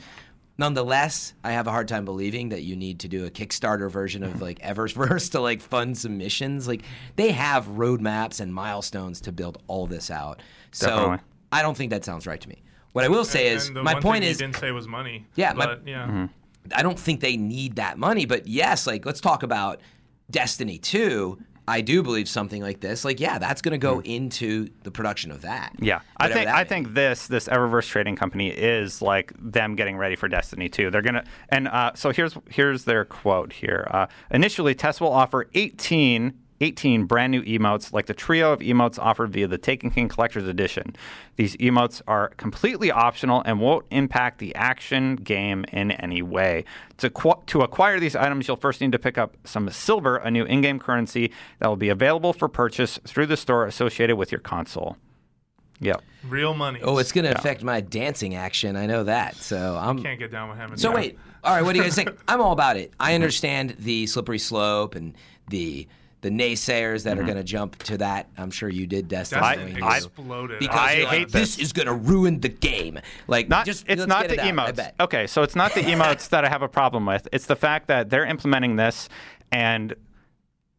[SPEAKER 2] Nonetheless, I have a hard time believing that you need to do a Kickstarter version of like Eververse to like fund some missions. Like they have roadmaps and milestones to build all this out. So
[SPEAKER 1] Definitely.
[SPEAKER 2] I don't think that sounds right to me. What I will say is,
[SPEAKER 3] And the
[SPEAKER 2] my
[SPEAKER 3] one
[SPEAKER 2] point
[SPEAKER 3] thing
[SPEAKER 2] is,
[SPEAKER 3] he didn't say was money.
[SPEAKER 2] Yeah, my-
[SPEAKER 3] but yeah.
[SPEAKER 1] Mm-hmm.
[SPEAKER 2] I don't think they need that money. But yes, like let's talk about Destiny 2. I do believe something like this. Like, yeah, that's going to go into the production of that.
[SPEAKER 1] Hmm. Yeah, I
[SPEAKER 2] Whatever
[SPEAKER 1] think
[SPEAKER 2] that
[SPEAKER 1] I
[SPEAKER 2] may-
[SPEAKER 1] think this this Eververse trading company is like them getting ready for Destiny 2. They're gonna and uh, so here's here's their quote here. Uh, Initially, Tess will offer 18. 18 brand new emotes, like the trio of emotes offered via the Taken King Collector's Edition. These emotes are completely optional and won't impact the action game in any way. To, qu- to acquire these items, you'll first need to pick up some silver, a new in game currency that will be available for purchase through the store associated with your console. Yep.
[SPEAKER 3] Real money.
[SPEAKER 2] Oh, it's going to affect my dancing action. I know that. So I'm.
[SPEAKER 3] Can't get down with him.
[SPEAKER 2] So wait, all right. What do you guys think? I'm all about it. I understand the slippery slope and the the naysayers that are going to jump to that. I'm sure you did, Destiny.
[SPEAKER 3] Destiny
[SPEAKER 1] Mm-hmm. I-
[SPEAKER 3] exploded.
[SPEAKER 2] because
[SPEAKER 1] I
[SPEAKER 2] you're like,
[SPEAKER 1] hate
[SPEAKER 2] this. is going to ruin the game. Like,
[SPEAKER 1] Not,
[SPEAKER 2] just
[SPEAKER 1] it's
[SPEAKER 2] let's
[SPEAKER 1] not
[SPEAKER 2] get
[SPEAKER 1] the
[SPEAKER 2] it out, I
[SPEAKER 1] emotes.
[SPEAKER 2] bet.
[SPEAKER 1] Okay, so it's not the emotes that I have a problem with. It's the fact that they're implementing this, and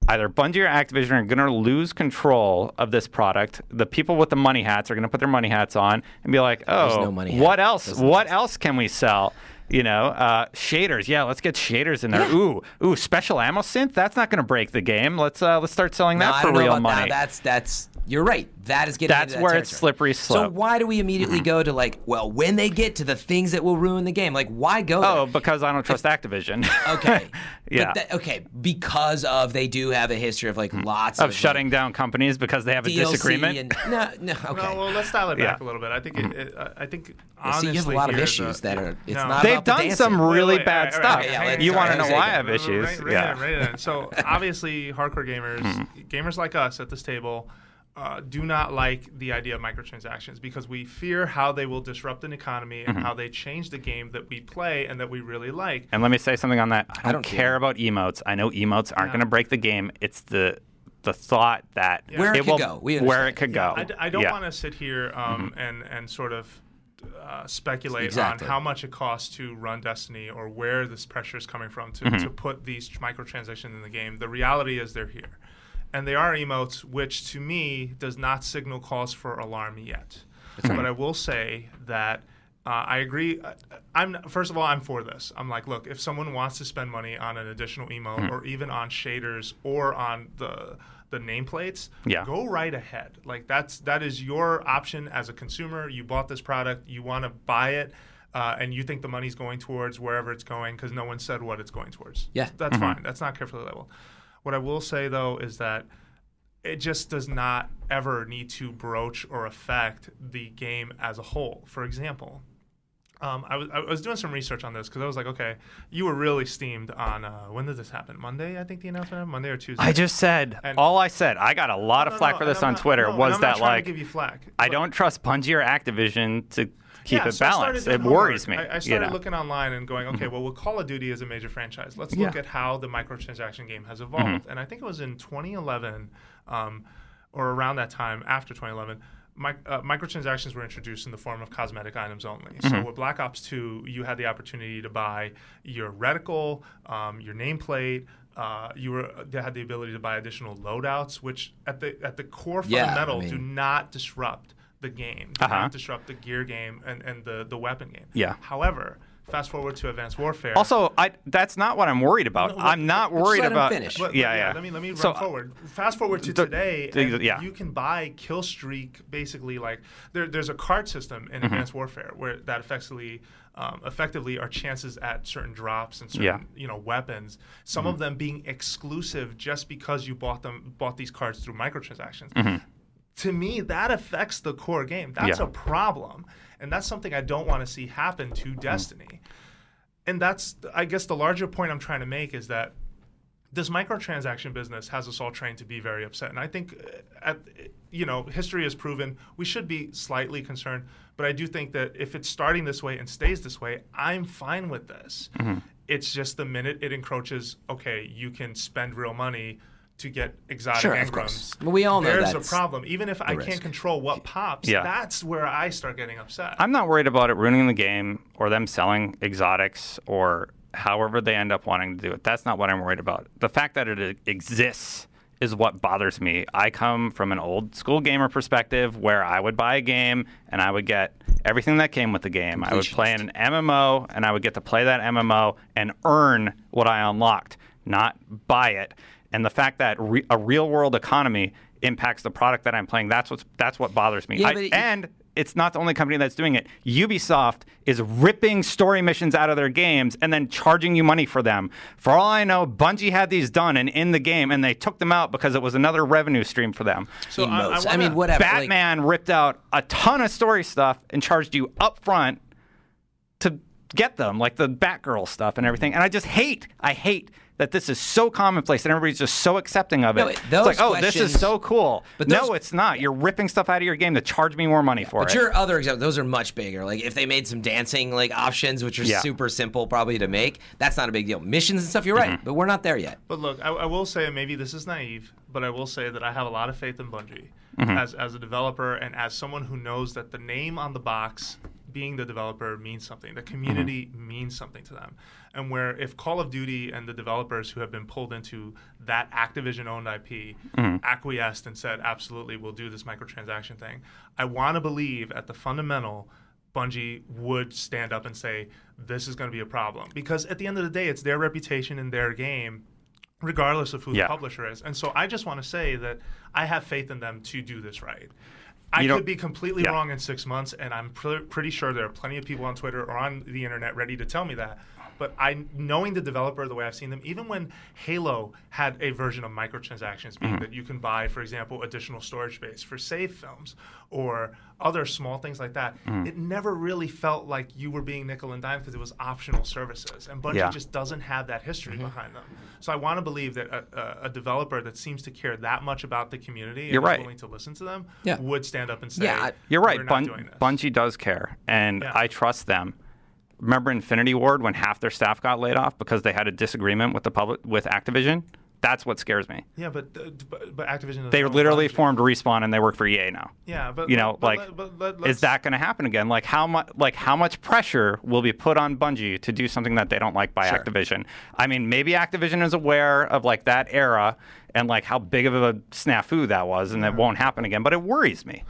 [SPEAKER 1] either Bungie or Activision are going to lose control of this product. The people with the money hats are going to put their money hats on and be like, "Oh,
[SPEAKER 2] no money hat.
[SPEAKER 1] what else? What else can we sell?" You know, uh, shaders. Yeah, let's get shaders in there. Ooh, ooh, special ammo synth. That's not going to break the game. Let's uh, let's start selling
[SPEAKER 2] No,
[SPEAKER 1] that
[SPEAKER 2] I
[SPEAKER 1] for
[SPEAKER 2] don't know
[SPEAKER 1] real
[SPEAKER 2] about that.
[SPEAKER 1] money.
[SPEAKER 2] That's that's you're right. That is getting
[SPEAKER 1] That's
[SPEAKER 2] into that
[SPEAKER 1] where it's slippery
[SPEAKER 2] territory. So
[SPEAKER 1] slope. Mm-hmm.
[SPEAKER 2] why do we immediately go to like, well, when they get to the things that will ruin the game, like why go? there?
[SPEAKER 1] Oh, because I don't trust Activision.
[SPEAKER 2] Okay.
[SPEAKER 1] Yeah. Mm-hmm.
[SPEAKER 2] But that, okay, because of they do have a history of like lots of,
[SPEAKER 1] of shutting down companies because they have a
[SPEAKER 2] like, DLC
[SPEAKER 1] disagreement.
[SPEAKER 2] And, no, no. Okay.
[SPEAKER 3] No, well, let's dial it back
[SPEAKER 1] Yeah.
[SPEAKER 3] a little bit. I think it, it, I I think
[SPEAKER 2] Yeah, see,
[SPEAKER 3] honestly,
[SPEAKER 2] you have a lot of
[SPEAKER 3] here,
[SPEAKER 2] issues
[SPEAKER 3] the-
[SPEAKER 2] that are. It's
[SPEAKER 3] No.
[SPEAKER 2] not.
[SPEAKER 1] They've
[SPEAKER 2] about the
[SPEAKER 1] done
[SPEAKER 2] dancing.
[SPEAKER 1] some really
[SPEAKER 3] Wait, wait,
[SPEAKER 1] bad
[SPEAKER 3] all right,
[SPEAKER 1] stuff.
[SPEAKER 3] all right,
[SPEAKER 2] Yeah,
[SPEAKER 3] hang on,
[SPEAKER 1] you
[SPEAKER 3] hang
[SPEAKER 1] want
[SPEAKER 3] on
[SPEAKER 1] to
[SPEAKER 3] a
[SPEAKER 1] know
[SPEAKER 3] second.
[SPEAKER 1] why I have
[SPEAKER 3] Right,
[SPEAKER 1] issues?
[SPEAKER 3] right, right
[SPEAKER 1] yeah. Hmm.
[SPEAKER 3] in, right in. So obviously, hardcore gamers, gamers like us at this table. Uh, do not like the idea of microtransactions because we fear how they will disrupt an economy and
[SPEAKER 1] Mm-hmm.
[SPEAKER 3] how they change the game that we play and that we really like.
[SPEAKER 1] And let me say something on that. I don't,
[SPEAKER 2] don't
[SPEAKER 1] care about emotes. I know emotes aren't going to break the game. It's the the thought that
[SPEAKER 2] Where
[SPEAKER 1] it
[SPEAKER 2] it could
[SPEAKER 1] will,
[SPEAKER 2] go. We
[SPEAKER 1] where
[SPEAKER 2] understand.
[SPEAKER 1] it could
[SPEAKER 3] Yeah,
[SPEAKER 1] go.
[SPEAKER 3] I d- I, don't
[SPEAKER 1] Yeah. Mm-hmm.
[SPEAKER 3] want to sit here um, and and sort of uh, speculate
[SPEAKER 2] Exactly.
[SPEAKER 3] on how much it costs to run Destiny or where this pressure is coming from to,
[SPEAKER 1] Mm-hmm.
[SPEAKER 3] to put these microtransactions in the game. The reality is they're here, and they are emotes, which to me does not signal cause for alarm yet. But I will say that. Uh, I agree. I- I'm first of all, I'm for this. I'm like, look, if someone wants to spend money on an additional emote
[SPEAKER 1] Hmm.
[SPEAKER 3] or even on shaders or on the the nameplates,
[SPEAKER 1] Yeah.
[SPEAKER 3] go go right ahead. Like that's that is your option as a consumer. You bought this product, you want to buy it, uh, and you think the money's going towards wherever it's going because no one said what it's going towards.
[SPEAKER 2] Yeah.
[SPEAKER 3] that's fine. That's not carefully labeled. What I will say though is that it just does not ever need to broach or affect the game as a whole. For example, um, I, was, I was doing some research on this because I was like, okay, you were really steamed on uh, when did this happen? Monday, I think the announcement happened? Monday or Tuesday.
[SPEAKER 1] I just said
[SPEAKER 3] And-
[SPEAKER 1] all I said. I got a lot
[SPEAKER 3] No,
[SPEAKER 1] of flack
[SPEAKER 3] no,
[SPEAKER 1] for
[SPEAKER 3] and
[SPEAKER 1] this
[SPEAKER 3] I'm
[SPEAKER 1] on
[SPEAKER 3] not-
[SPEAKER 1] Twitter.
[SPEAKER 3] no, and
[SPEAKER 1] was
[SPEAKER 3] I'm not
[SPEAKER 1] that
[SPEAKER 3] trying to
[SPEAKER 1] like
[SPEAKER 3] give you flack,
[SPEAKER 1] I
[SPEAKER 3] but-
[SPEAKER 1] don't trust Bungie or Activision to keep
[SPEAKER 3] Yeah,
[SPEAKER 1] it
[SPEAKER 3] so I started
[SPEAKER 1] balanced.
[SPEAKER 3] doing
[SPEAKER 1] It worries me.
[SPEAKER 3] homework. I, I
[SPEAKER 1] you
[SPEAKER 3] started
[SPEAKER 1] know? Mm-hmm.
[SPEAKER 3] looking online and going, okay, well, well, Call of Duty is a major franchise. Let's look
[SPEAKER 1] Yeah. Mm-hmm.
[SPEAKER 3] at how the microtransaction game has evolved. And I think it was in 2011, um, or around that time after 2011. mic- uh, microtransactions were introduced in the form of cosmetic items only. So
[SPEAKER 1] Mm-hmm.
[SPEAKER 3] with Black Ops 2, you had the opportunity to buy your reticle, um, your nameplate. Uh, you were they had the ability to buy additional loadouts, which at the at the core
[SPEAKER 2] Yeah, I
[SPEAKER 3] fundamental do
[SPEAKER 1] Mm-hmm.
[SPEAKER 2] mean-
[SPEAKER 3] not disrupt the game. Do not disrupt the gear game and, and the, the weapon game.
[SPEAKER 1] Uh-huh. Yeah.
[SPEAKER 3] However, Fast forward to Advanced Warfare.
[SPEAKER 1] Also, I that's not what I'm worried about.
[SPEAKER 3] No, let-
[SPEAKER 1] I'm not worried
[SPEAKER 2] let him
[SPEAKER 1] about.
[SPEAKER 2] finish.
[SPEAKER 3] Let-
[SPEAKER 1] Yeah, yeah.
[SPEAKER 3] Let me let me run
[SPEAKER 1] So, uh,
[SPEAKER 3] forward. Fast forward to
[SPEAKER 1] the-
[SPEAKER 3] today,
[SPEAKER 1] the-
[SPEAKER 3] and
[SPEAKER 1] yeah.
[SPEAKER 3] you can buy Killstreak. Basically, like there, there's a card system
[SPEAKER 1] Mm-hmm.
[SPEAKER 3] in Advanced Warfare where that effectively, um, effectively are chances at certain drops and certain
[SPEAKER 1] Yeah. Mm-hmm.
[SPEAKER 3] you know weapons. Some of them being exclusive just because you bought them bought these cards through microtransactions. To me, that affects the core game. That's
[SPEAKER 1] Mm-hmm. Yeah.
[SPEAKER 3] a problem, and that's something I don't want to see happen to
[SPEAKER 1] Mm-hmm.
[SPEAKER 3] Destiny. And that's, I guess, the larger point I'm trying to make is that this microtransaction business has us all trained to be very upset. And I think, uh, at, you know, history has proven we should be slightly concerned. But I do think that if it's starting this way and stays this way, I'm fine with this.
[SPEAKER 2] Mm-hmm.
[SPEAKER 3] It's just the minute it encroaches, okay, you can spend real money to get exotic
[SPEAKER 2] Sure, of course.
[SPEAKER 3] engrams.
[SPEAKER 2] Well, we all know
[SPEAKER 3] There's
[SPEAKER 2] that's
[SPEAKER 3] a problem. Even if I
[SPEAKER 2] risk.
[SPEAKER 3] can't control what pops,
[SPEAKER 1] Yeah.
[SPEAKER 3] that's where I start getting upset.
[SPEAKER 1] I'm not worried about it ruining the game or them selling exotics or however they end up wanting to do it. That's not what I'm worried about. The fact that it exists is what bothers me. I come from an old school gamer perspective where I would buy a game and I would get everything that came with the game. I would play in an MMO and I would get to play that MMO and earn what I unlocked, not buy it. And the fact that re- a real world economy impacts the product that I'm playing, that's what's that's what bothers me.
[SPEAKER 2] Yeah,
[SPEAKER 1] I-
[SPEAKER 2] but it-
[SPEAKER 1] and it's not the only company that's doing it. Ubisoft is ripping story missions out of their games and then charging you money for them. For all I know, Bungie had these done and in the game, and they took them out because it was another revenue stream for them.
[SPEAKER 3] so I- I,
[SPEAKER 2] emotes. I,
[SPEAKER 3] wanna-
[SPEAKER 2] mean, whatever. like-
[SPEAKER 1] Batman ripped out a ton of story stuff and charged you up front to get them, like the Batgirl stuff and everything. And I just hate, I hate that this is so commonplace and everybody's just so accepting of it.
[SPEAKER 2] No, it-
[SPEAKER 1] it's
[SPEAKER 2] those
[SPEAKER 1] like, oh, this is
[SPEAKER 2] questions-
[SPEAKER 1] so cool. But
[SPEAKER 2] But
[SPEAKER 1] no,
[SPEAKER 2] those-
[SPEAKER 1] it's not. You're ripping stuff out of your game to charge me more money for
[SPEAKER 2] But
[SPEAKER 1] it.
[SPEAKER 2] your other examples, those are much bigger. Like if they made some dancing like options, which are
[SPEAKER 1] Yeah.
[SPEAKER 2] super simple probably to make, that's not a big deal. Missions and stuff, you're right,
[SPEAKER 1] Mm-hmm.
[SPEAKER 2] but we're not there yet.
[SPEAKER 3] But look, I, I will say, and maybe this is naive, but I will say that I have a lot of faith in Bungie as, as a developer and as someone who knows that the name on the box, being the developer, means something. The community means something to them. And where if Call of Duty and the developers who have been pulled into that Activision owned IP acquiesced and said, absolutely, we'll do this microtransaction thing, I want to believe at the fundamental Bungie would stand up and say, this is going to be a problem. Because at the end of the day, it's their reputation and their game, regardless of who
[SPEAKER 1] Yeah.
[SPEAKER 3] the publisher is. And so I just want to say that I have faith in them to do this right. I
[SPEAKER 1] You don't-
[SPEAKER 3] could be completely
[SPEAKER 1] Yeah.
[SPEAKER 3] wrong in six months, and I'm pr- pretty sure there are plenty of people on Twitter or on the internet ready to tell me that. But I, knowing the developer the way I've seen them, even when Halo had a version of microtransactions,
[SPEAKER 1] Mm-hmm.
[SPEAKER 3] meaning that you can buy, for example, additional storage space for save films or other small things like that,
[SPEAKER 1] Mm.
[SPEAKER 3] it never really felt like you were being nickel and dime because it was optional services. And Bungie
[SPEAKER 1] Yeah. Mm-hmm.
[SPEAKER 3] just doesn't have that history behind them. So I want to believe that a, a, a developer that seems to care that much about the community and
[SPEAKER 1] You're
[SPEAKER 3] is
[SPEAKER 1] right.
[SPEAKER 3] willing to listen to them
[SPEAKER 2] Yeah.
[SPEAKER 3] would stand up and say,
[SPEAKER 2] Yeah, I-
[SPEAKER 1] You're right.
[SPEAKER 3] "We're not doing
[SPEAKER 1] Bun-
[SPEAKER 3] this."
[SPEAKER 1] Bungie does care, and
[SPEAKER 3] Yeah.
[SPEAKER 1] I trust them. Remember Infinity Ward when half their staff got laid off because they had a disagreement with the public with Activision? That's what scares me.
[SPEAKER 3] yeah, but, uh, but but Activision.
[SPEAKER 1] They
[SPEAKER 3] doesn't own
[SPEAKER 1] literally
[SPEAKER 3] Bungie.
[SPEAKER 1] formed Respawn and they work for EA now.
[SPEAKER 3] Yeah, but
[SPEAKER 1] You
[SPEAKER 3] let-
[SPEAKER 1] know,
[SPEAKER 3] but
[SPEAKER 1] like,
[SPEAKER 3] let- but let-
[SPEAKER 1] is
[SPEAKER 3] let's-
[SPEAKER 1] that going to happen again? Like how much like how much pressure will be put on Bungie to do something that they don't like by Activision? I mean, maybe Activision is aware of like that era and like how big of a snafu that was, and it won't happen again. But it worries me.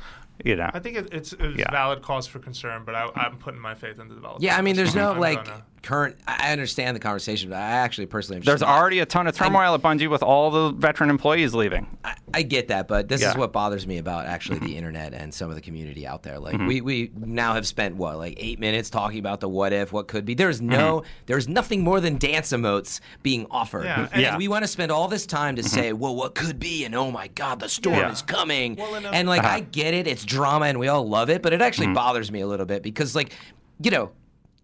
[SPEAKER 1] You know,
[SPEAKER 3] I think it, it's, it's
[SPEAKER 1] Yeah. Mm-hmm.
[SPEAKER 3] valid cause for concern, but I, I'm putting my faith in the developer.
[SPEAKER 2] Yeah, I mean, there's no
[SPEAKER 3] I'm
[SPEAKER 2] like
[SPEAKER 3] gonna-
[SPEAKER 2] current. I I understand the conversation, but I actually personally, am just
[SPEAKER 1] There's
[SPEAKER 2] not-
[SPEAKER 1] already a ton of turmoil at Bungie with all the veteran employees leaving.
[SPEAKER 2] I, I get that, but this
[SPEAKER 1] Yeah. Mm-hmm.
[SPEAKER 2] is what bothers me about actually the internet and some of the community out there. Like we, we now have spent what like eight minutes talking about the what if, what could be. There's no,
[SPEAKER 1] Mm-hmm.
[SPEAKER 2] there's nothing more than dance emotes being offered.
[SPEAKER 3] Yeah,
[SPEAKER 2] And
[SPEAKER 1] Yeah.
[SPEAKER 2] we want to spend all this time to say, well, what could be, and oh my god, the storm
[SPEAKER 1] Mm-hmm. Yeah.
[SPEAKER 2] is coming.
[SPEAKER 3] Well, and, um,
[SPEAKER 2] and like I
[SPEAKER 1] Uh-huh.
[SPEAKER 2] get it, it's drama and we all love it, but it
[SPEAKER 1] Mm-hmm.
[SPEAKER 2] actually bothers me a little bit because like, you know.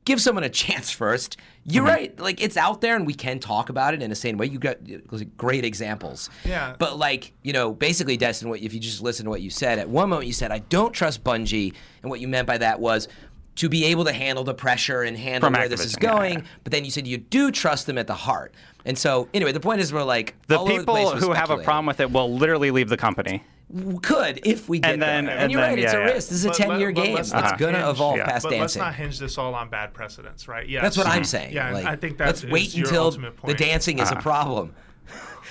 [SPEAKER 2] Give someone a chance first. You're
[SPEAKER 1] Mm-hmm.
[SPEAKER 2] right. Like it's out there, and we can talk about it in a sane way. You got great examples.
[SPEAKER 3] Yeah.
[SPEAKER 2] But like, you know, basically, Destin, what if you just listen to what you said? At one moment, you said, "I don't trust Bungie," and what you meant by that was to be able to handle the pressure and handle
[SPEAKER 1] From
[SPEAKER 2] where this is
[SPEAKER 1] Activision, yeah,
[SPEAKER 2] going.
[SPEAKER 1] yeah.
[SPEAKER 2] But then you said you do trust them at the heart. And so, anyway, the point is, we're like
[SPEAKER 1] The
[SPEAKER 2] all over place
[SPEAKER 1] people
[SPEAKER 2] with
[SPEAKER 1] who have a
[SPEAKER 2] speculating.
[SPEAKER 1] problem with it will literally leave the company.
[SPEAKER 2] W- could if we get
[SPEAKER 1] And then-
[SPEAKER 2] there. And,
[SPEAKER 1] and
[SPEAKER 2] you're
[SPEAKER 1] then,
[SPEAKER 2] right; it's
[SPEAKER 1] yeah,
[SPEAKER 2] a
[SPEAKER 1] yeah.
[SPEAKER 2] risk. This is a
[SPEAKER 3] But let-
[SPEAKER 2] ten-year
[SPEAKER 3] but
[SPEAKER 2] game.
[SPEAKER 3] let's
[SPEAKER 2] It's
[SPEAKER 3] not
[SPEAKER 2] gonna
[SPEAKER 3] hinge-
[SPEAKER 2] evolve
[SPEAKER 1] yeah.
[SPEAKER 2] past
[SPEAKER 3] but let's
[SPEAKER 2] dancing.
[SPEAKER 3] not hinge this all on bad precedents, right? Yes.
[SPEAKER 2] That's what I'm saying.
[SPEAKER 3] Yeah, and
[SPEAKER 2] Like,
[SPEAKER 3] I think that
[SPEAKER 2] let's
[SPEAKER 3] is
[SPEAKER 2] wait
[SPEAKER 3] your
[SPEAKER 2] until
[SPEAKER 3] ultimate
[SPEAKER 2] the
[SPEAKER 3] point.
[SPEAKER 2] dancing
[SPEAKER 1] Ah.
[SPEAKER 2] is a problem.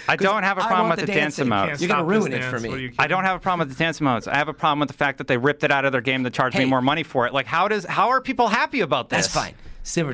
[SPEAKER 1] I don't have a
[SPEAKER 2] I
[SPEAKER 1] problem
[SPEAKER 2] want
[SPEAKER 1] with the
[SPEAKER 2] the
[SPEAKER 1] dance
[SPEAKER 2] dancing.
[SPEAKER 1] emotes.
[SPEAKER 3] Can't
[SPEAKER 2] You're gonna
[SPEAKER 3] stop this
[SPEAKER 2] ruin it for
[SPEAKER 3] dance.
[SPEAKER 2] me.
[SPEAKER 3] What are you
[SPEAKER 1] I don't
[SPEAKER 3] kidding?
[SPEAKER 1] have a problem with the dance modes. I have a problem with the fact that they ripped it out of their game to charge me
[SPEAKER 2] Hey.
[SPEAKER 1] more money for it. Like, how does how are people happy about this?
[SPEAKER 2] That's fine. simmer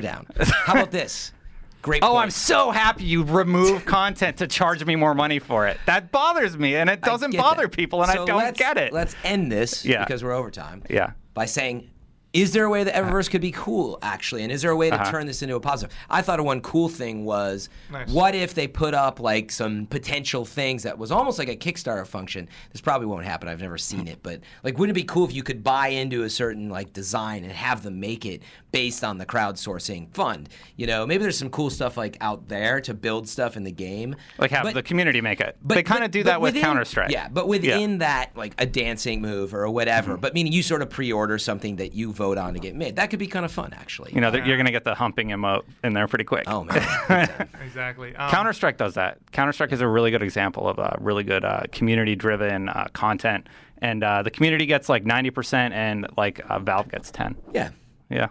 [SPEAKER 2] down. How about this? Great.
[SPEAKER 1] Oh,
[SPEAKER 2] point.
[SPEAKER 1] I'm so happy you remove content to charge me more money for it. That bothers me, and it
[SPEAKER 2] I
[SPEAKER 1] doesn't
[SPEAKER 2] get
[SPEAKER 1] bother
[SPEAKER 2] that.
[SPEAKER 1] people, and
[SPEAKER 2] So
[SPEAKER 1] I don't
[SPEAKER 2] let's-
[SPEAKER 1] get it.
[SPEAKER 2] Let's end this
[SPEAKER 1] Yeah.
[SPEAKER 2] because we're over time.
[SPEAKER 1] Yeah. Uh-huh.
[SPEAKER 2] By saying, is there a way that Eververse could be cool, actually? And is there a way to turn this into a positive? I thought of one cool thing was
[SPEAKER 3] Nice.
[SPEAKER 2] what if they put up like some potential things that was almost like a Kickstarter function? This probably won't happen. I've never
[SPEAKER 1] Hmm.
[SPEAKER 2] seen it, but like, wouldn't it be cool if you could buy into a certain like design and have them make it based on the crowdsourcing fund? You know, maybe there's some cool stuff like out there to build stuff in the game.
[SPEAKER 1] like have
[SPEAKER 2] But-
[SPEAKER 1] the community make it. they kind of do
[SPEAKER 2] but
[SPEAKER 1] that with
[SPEAKER 2] within-
[SPEAKER 1] Counter Strike.
[SPEAKER 2] Yeah, but within that, like a dancing move or whatever.
[SPEAKER 1] Mm-hmm.
[SPEAKER 2] But meaning you sort of pre-order something that you vote on to get made. That could be kind of fun, actually.
[SPEAKER 1] you know, that you're gonna get the humping emote in there pretty quick.
[SPEAKER 2] oh man,
[SPEAKER 3] Exactly. Um,
[SPEAKER 1] Counter Strike does that. Counter Strike is a really good example of a really good uh, community-driven uh, content, and uh, the community gets like 90%, and like uh, Valve gets 10.
[SPEAKER 2] yeah.
[SPEAKER 1] Yeah,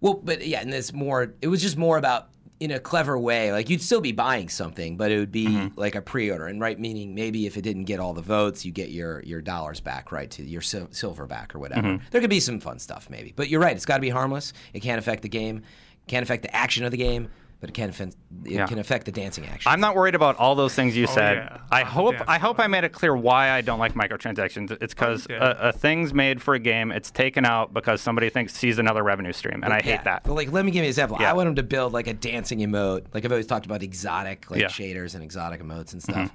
[SPEAKER 2] Well, but yeah, and it's more. It was just more about in a clever way. Like you'd still be buying something, but it would be
[SPEAKER 1] Mm-hmm.
[SPEAKER 2] like a pre-order, and right, meaning maybe if it didn't get all the votes, you get your your dollars back, right, to your sil- silver back or whatever.
[SPEAKER 1] Mm-hmm.
[SPEAKER 2] There could be some fun stuff, maybe. But you're right; it's got to be harmless. It can't affect the game. Can't affect the action of the game. But it can affect, it
[SPEAKER 1] Yeah.
[SPEAKER 2] can affect the dancing action.
[SPEAKER 1] I'm not worried about all those things you said.
[SPEAKER 3] yeah.
[SPEAKER 1] I
[SPEAKER 3] Oh,
[SPEAKER 1] hope
[SPEAKER 3] damn.
[SPEAKER 1] I hope I made it clear why I don't like microtransactions. It's because
[SPEAKER 3] did.
[SPEAKER 1] a, a thing's made for a game, it's taken out because somebody thinks sees another revenue stream, and I hate
[SPEAKER 2] Yeah.
[SPEAKER 1] that.
[SPEAKER 2] But like, let me give you an example.
[SPEAKER 1] Yeah.
[SPEAKER 2] I want them to build like a dancing emote. Like I've always talked about exotic like
[SPEAKER 1] Yeah. Mm-hmm.
[SPEAKER 2] shaders and exotic emotes and stuff.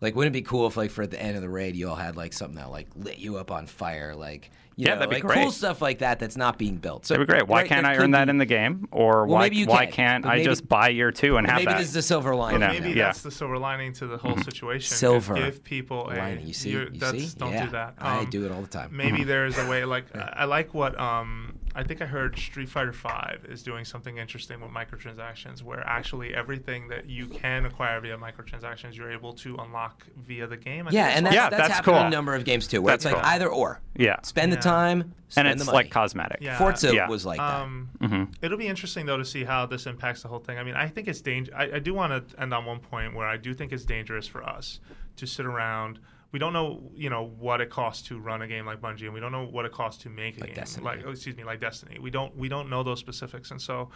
[SPEAKER 2] Like, wouldn't it be cool if like for the end of the raid you all had like something that like lit you up on fire, like you
[SPEAKER 1] Yeah,
[SPEAKER 2] know,
[SPEAKER 1] that'd be
[SPEAKER 2] like cool
[SPEAKER 1] great.
[SPEAKER 2] stuff like that that's not being built. So
[SPEAKER 1] That'd be great. Why
[SPEAKER 2] right,
[SPEAKER 1] can't
[SPEAKER 2] there
[SPEAKER 1] I
[SPEAKER 2] could
[SPEAKER 1] earn that
[SPEAKER 2] be-
[SPEAKER 1] in the game, or
[SPEAKER 2] Well,
[SPEAKER 1] why
[SPEAKER 2] maybe you
[SPEAKER 1] why
[SPEAKER 2] can,
[SPEAKER 1] can't
[SPEAKER 2] but
[SPEAKER 1] I
[SPEAKER 2] maybe-
[SPEAKER 1] just buy year two and have
[SPEAKER 2] Maybe
[SPEAKER 1] that?
[SPEAKER 2] this is a silver lining.
[SPEAKER 1] know,
[SPEAKER 2] you
[SPEAKER 3] Maybe
[SPEAKER 1] yeah.
[SPEAKER 3] that's the silver lining to the whole situation. is
[SPEAKER 2] Mm-hmm. Silver
[SPEAKER 3] Give people a
[SPEAKER 2] lining. You see,
[SPEAKER 3] you're-
[SPEAKER 2] you
[SPEAKER 3] that's,
[SPEAKER 2] see.
[SPEAKER 3] Don't
[SPEAKER 2] yeah.
[SPEAKER 3] do that.
[SPEAKER 2] I
[SPEAKER 3] Um,
[SPEAKER 2] do it all the time. Mm-hmm.
[SPEAKER 3] Maybe there is a way. Like I I like what um, I think I heard Street Fighter Five is doing something interesting with microtransactions, where actually everything that you can acquire via microtransactions, you're able to unlock via the game. I
[SPEAKER 2] Yeah,
[SPEAKER 3] think
[SPEAKER 2] and
[SPEAKER 3] it's
[SPEAKER 2] that's,
[SPEAKER 1] Yeah,
[SPEAKER 2] that's,
[SPEAKER 1] that's
[SPEAKER 2] happened in a
[SPEAKER 1] cool.
[SPEAKER 2] number of games too, where
[SPEAKER 1] That's
[SPEAKER 2] it's like
[SPEAKER 1] cool.
[SPEAKER 2] either or.
[SPEAKER 1] Yeah.
[SPEAKER 2] Spend the
[SPEAKER 3] Yeah.
[SPEAKER 2] time,
[SPEAKER 1] and
[SPEAKER 2] spend
[SPEAKER 1] it's
[SPEAKER 2] the money.
[SPEAKER 1] like cosmetic.
[SPEAKER 3] Yeah.
[SPEAKER 2] Forza
[SPEAKER 1] Yeah.
[SPEAKER 2] was like that.
[SPEAKER 3] Um, It'll be interesting though to see how this impacts the whole thing. I mean, I think it's dangerous. I, I do want to end on one point where I do think it's dangerous for us to sit around. We don't know, you know, what it costs to run a game like Bungie, and we don't know what it costs to make a game
[SPEAKER 2] Destiny.
[SPEAKER 3] like, oh, excuse me, like Destiny. We don't we don't know those specifics, and so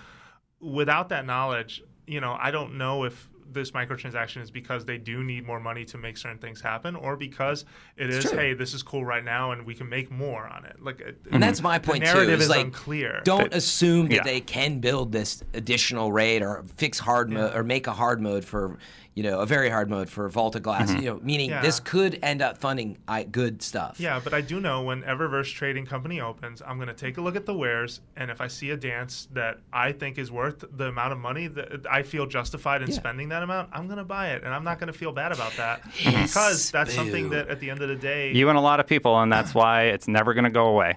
[SPEAKER 3] without that knowledge, you know, I don't know if this microtransaction is because they do need more money to make certain things happen or because it is
[SPEAKER 2] true.
[SPEAKER 3] hey this is cool right now and we can make more on it like it-
[SPEAKER 2] And that's my
[SPEAKER 3] the
[SPEAKER 2] point too.
[SPEAKER 3] narrative
[SPEAKER 2] is
[SPEAKER 3] is
[SPEAKER 2] like,
[SPEAKER 3] unclear
[SPEAKER 2] Don't assume that
[SPEAKER 1] yeah.
[SPEAKER 2] they can build this additional raid or fix hard mode or make a hard mode for, you know, a very hard mode for Vault of Glass.
[SPEAKER 1] Mm-hmm.
[SPEAKER 2] You know, meaning
[SPEAKER 3] Yeah.
[SPEAKER 2] this could end up funding I, good stuff.
[SPEAKER 3] Yeah, but I do know when Eververse Trading Company opens, I'm going to take a look at the wares, and if I see a dance that I think is worth the amount of money that I feel justified in
[SPEAKER 2] Yeah.
[SPEAKER 3] spending that amount, I'm going to buy it, and I'm not going to feel bad about that
[SPEAKER 2] Yes,
[SPEAKER 3] because that's something
[SPEAKER 2] boo.
[SPEAKER 3] that at the end of the day,
[SPEAKER 1] You and a lot of people, and that's why it's never going to go away.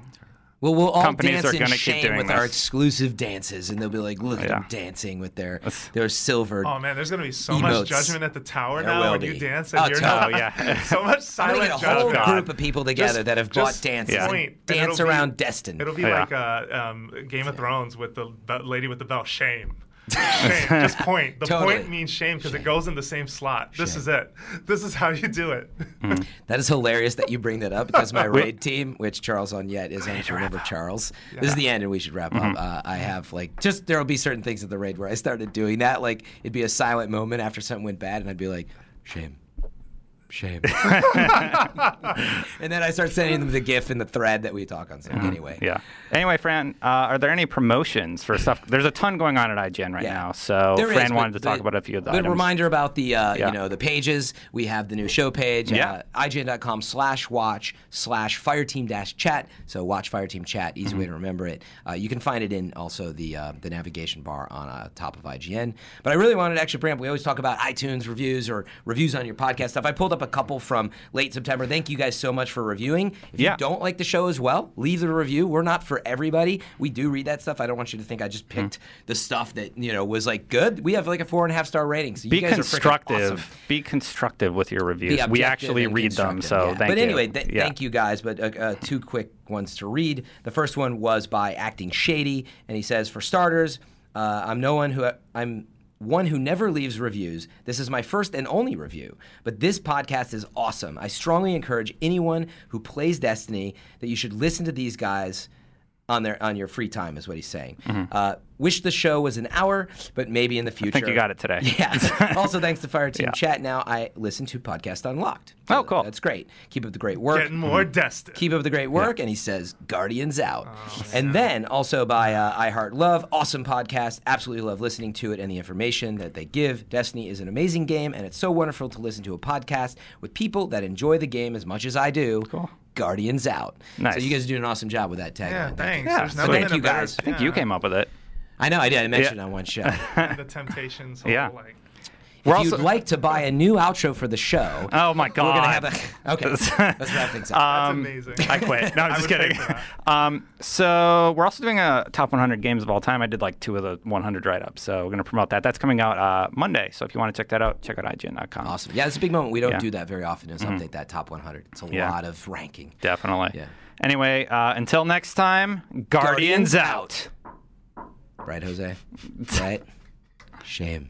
[SPEAKER 2] Well, we'll all
[SPEAKER 1] Companies
[SPEAKER 2] dance
[SPEAKER 1] are
[SPEAKER 2] in
[SPEAKER 1] gonna keep
[SPEAKER 2] shame
[SPEAKER 1] doing
[SPEAKER 2] with our
[SPEAKER 1] this.
[SPEAKER 2] exclusive dances, and they'll be like, look at them
[SPEAKER 1] Yeah.
[SPEAKER 2] dancing with their their silver.
[SPEAKER 3] oh man, there's going to be so
[SPEAKER 2] Emotes.
[SPEAKER 3] much judgment at the tower
[SPEAKER 2] There
[SPEAKER 3] now
[SPEAKER 2] will
[SPEAKER 3] when
[SPEAKER 2] be.
[SPEAKER 3] you dance and
[SPEAKER 2] Oh,
[SPEAKER 3] you're
[SPEAKER 2] totally.
[SPEAKER 3] not.
[SPEAKER 1] Oh, yeah.
[SPEAKER 3] so much
[SPEAKER 2] I'm gonna
[SPEAKER 3] silent
[SPEAKER 2] get a whole
[SPEAKER 3] judgment.
[SPEAKER 2] group of people together
[SPEAKER 3] Just-
[SPEAKER 2] that have bought
[SPEAKER 3] just
[SPEAKER 2] dances,
[SPEAKER 1] Yeah.
[SPEAKER 2] and
[SPEAKER 3] point, and
[SPEAKER 2] dance
[SPEAKER 3] it'll be-
[SPEAKER 2] around Destiny.
[SPEAKER 3] It'll be
[SPEAKER 1] Yeah.
[SPEAKER 3] like uh, um, Game of Thrones with the be- lady with the bell. Shame. shame. Just point. The
[SPEAKER 2] Totally.
[SPEAKER 3] point means shame because it goes in the same slot. This is it. This is how you do it.
[SPEAKER 2] That is hilarious that you bring that up because my raid team, which Charles on yet is on, remember Charles. This is the end, and we should wrap
[SPEAKER 1] Mm-hmm.
[SPEAKER 2] up. Uh, I have like just there will be certain things at the raid where I started doing that. Like it'd be a silent moment after something went bad, and I'd be like, shame. Shame. and then I start sending them the GIF and the thread that we talk on. So anyway,
[SPEAKER 1] Mm-hmm. Yeah. Anyway, Fran, uh, are there any promotions for stuff? There's a ton going on at IGN right
[SPEAKER 2] Yeah.
[SPEAKER 1] now, so
[SPEAKER 2] There
[SPEAKER 1] Fran
[SPEAKER 2] is, but
[SPEAKER 1] wanted to
[SPEAKER 2] the-
[SPEAKER 1] talk about a few of the
[SPEAKER 2] But
[SPEAKER 1] items.
[SPEAKER 2] reminder about the uh,
[SPEAKER 1] Yeah.
[SPEAKER 2] you know the pages. We have the new show page.
[SPEAKER 1] Yeah.
[SPEAKER 2] Uh, IGN.com slash watch slash fireteam dash chat. So watch fireteam chat. Easy way
[SPEAKER 1] Mm-hmm.
[SPEAKER 2] to remember it. Uh, you can find it in also the uh, the navigation bar on uh, top of IGN. But I really wanted to actually bring up. We always talk about iTunes reviews or reviews on your podcast stuff. I pulled up a couple from late September. Thank you guys so much for reviewing. If
[SPEAKER 1] Yeah.
[SPEAKER 2] you don't like the show as well, leave the review. We're not for everybody. We do read that stuff. I don't want you to think I just
[SPEAKER 1] Mm-hmm.
[SPEAKER 2] picked the stuff that you know was like good. We have like a four and a half star rating. So you
[SPEAKER 1] be
[SPEAKER 2] guys
[SPEAKER 1] constructive.
[SPEAKER 2] Are freaking awesome.
[SPEAKER 1] Be constructive with your
[SPEAKER 2] Be
[SPEAKER 1] reviews. We
[SPEAKER 2] objective
[SPEAKER 1] actually
[SPEAKER 2] and
[SPEAKER 1] read them,
[SPEAKER 2] constructive,
[SPEAKER 1] so
[SPEAKER 2] yeah.
[SPEAKER 1] thank
[SPEAKER 2] but
[SPEAKER 1] you.
[SPEAKER 2] anyway, th-
[SPEAKER 1] Yeah.
[SPEAKER 2] thank you guys. But uh, uh, two quick ones to read. The first one was by Acting Shady, and he says, for starters, uh, I'm no one who I'm. One who never leaves reviews. This is my first and only review, but this podcast is awesome. I strongly encourage anyone who plays Destiny that you should listen to these guys on their on your free time is what he's saying. Uh, wish the show was an hour, but maybe in the future.
[SPEAKER 1] Mm-hmm. I think you got it today.
[SPEAKER 2] Yeah. also, thanks to Fire Team
[SPEAKER 1] Yeah.
[SPEAKER 2] Chat. Now I listen to podcast Unlocked.
[SPEAKER 1] Oh, cool.
[SPEAKER 2] That's great. Keep up the great work.
[SPEAKER 3] Getting more destined.
[SPEAKER 2] Mm-hmm. Keep up the great work. And he says, Guardians out.
[SPEAKER 3] Oh,
[SPEAKER 2] and then also by uh, I Heart Love, awesome podcast. Absolutely love listening to it and the information that they give. Destiny is an amazing game, and it's so wonderful to listen to a podcast with people that enjoy the game as much as I do.
[SPEAKER 1] Cool.
[SPEAKER 2] Guardians out. So
[SPEAKER 1] Nice.
[SPEAKER 2] you guys are doing an awesome job with that tagline.
[SPEAKER 3] yeah,
[SPEAKER 2] Thank
[SPEAKER 3] thanks.
[SPEAKER 1] Yeah,
[SPEAKER 3] There's
[SPEAKER 1] so
[SPEAKER 3] nothing
[SPEAKER 1] thank
[SPEAKER 3] in a
[SPEAKER 2] you
[SPEAKER 3] better-
[SPEAKER 2] guys. I
[SPEAKER 1] I think
[SPEAKER 3] yeah.
[SPEAKER 1] you came up with it.
[SPEAKER 2] I know I did. I mentioned on one show.
[SPEAKER 3] The Temptations. whole,
[SPEAKER 1] Yeah.
[SPEAKER 3] Like,
[SPEAKER 1] We're
[SPEAKER 2] if
[SPEAKER 1] also
[SPEAKER 2] you'd like to buy a new outro for the show,
[SPEAKER 1] Oh my
[SPEAKER 2] we're
[SPEAKER 1] god.
[SPEAKER 2] gonna have a okay. let's wrap things up.
[SPEAKER 3] that's
[SPEAKER 1] Um,
[SPEAKER 3] amazing.
[SPEAKER 1] I quit. No, I'm just
[SPEAKER 3] would pay
[SPEAKER 1] kidding.
[SPEAKER 3] for that.
[SPEAKER 1] Um, so we're also doing a top 100 games of all time. I did like two of the 100 write ups, so we're gonna promote that. That's coming out uh, Monday. So if you want to check that out, check out IGN.com.
[SPEAKER 2] awesome. Yeah, it's a big moment. We don't
[SPEAKER 1] Yeah. Mm-hmm.
[SPEAKER 2] do that very often. Is update that top 100. It's a
[SPEAKER 1] Yeah.
[SPEAKER 2] lot of ranking.
[SPEAKER 1] Definitely.
[SPEAKER 2] Yeah.
[SPEAKER 1] Anyway, uh, until next time, Guardians,
[SPEAKER 2] Guardians
[SPEAKER 1] out.
[SPEAKER 2] Right, Jose? Right? Shame.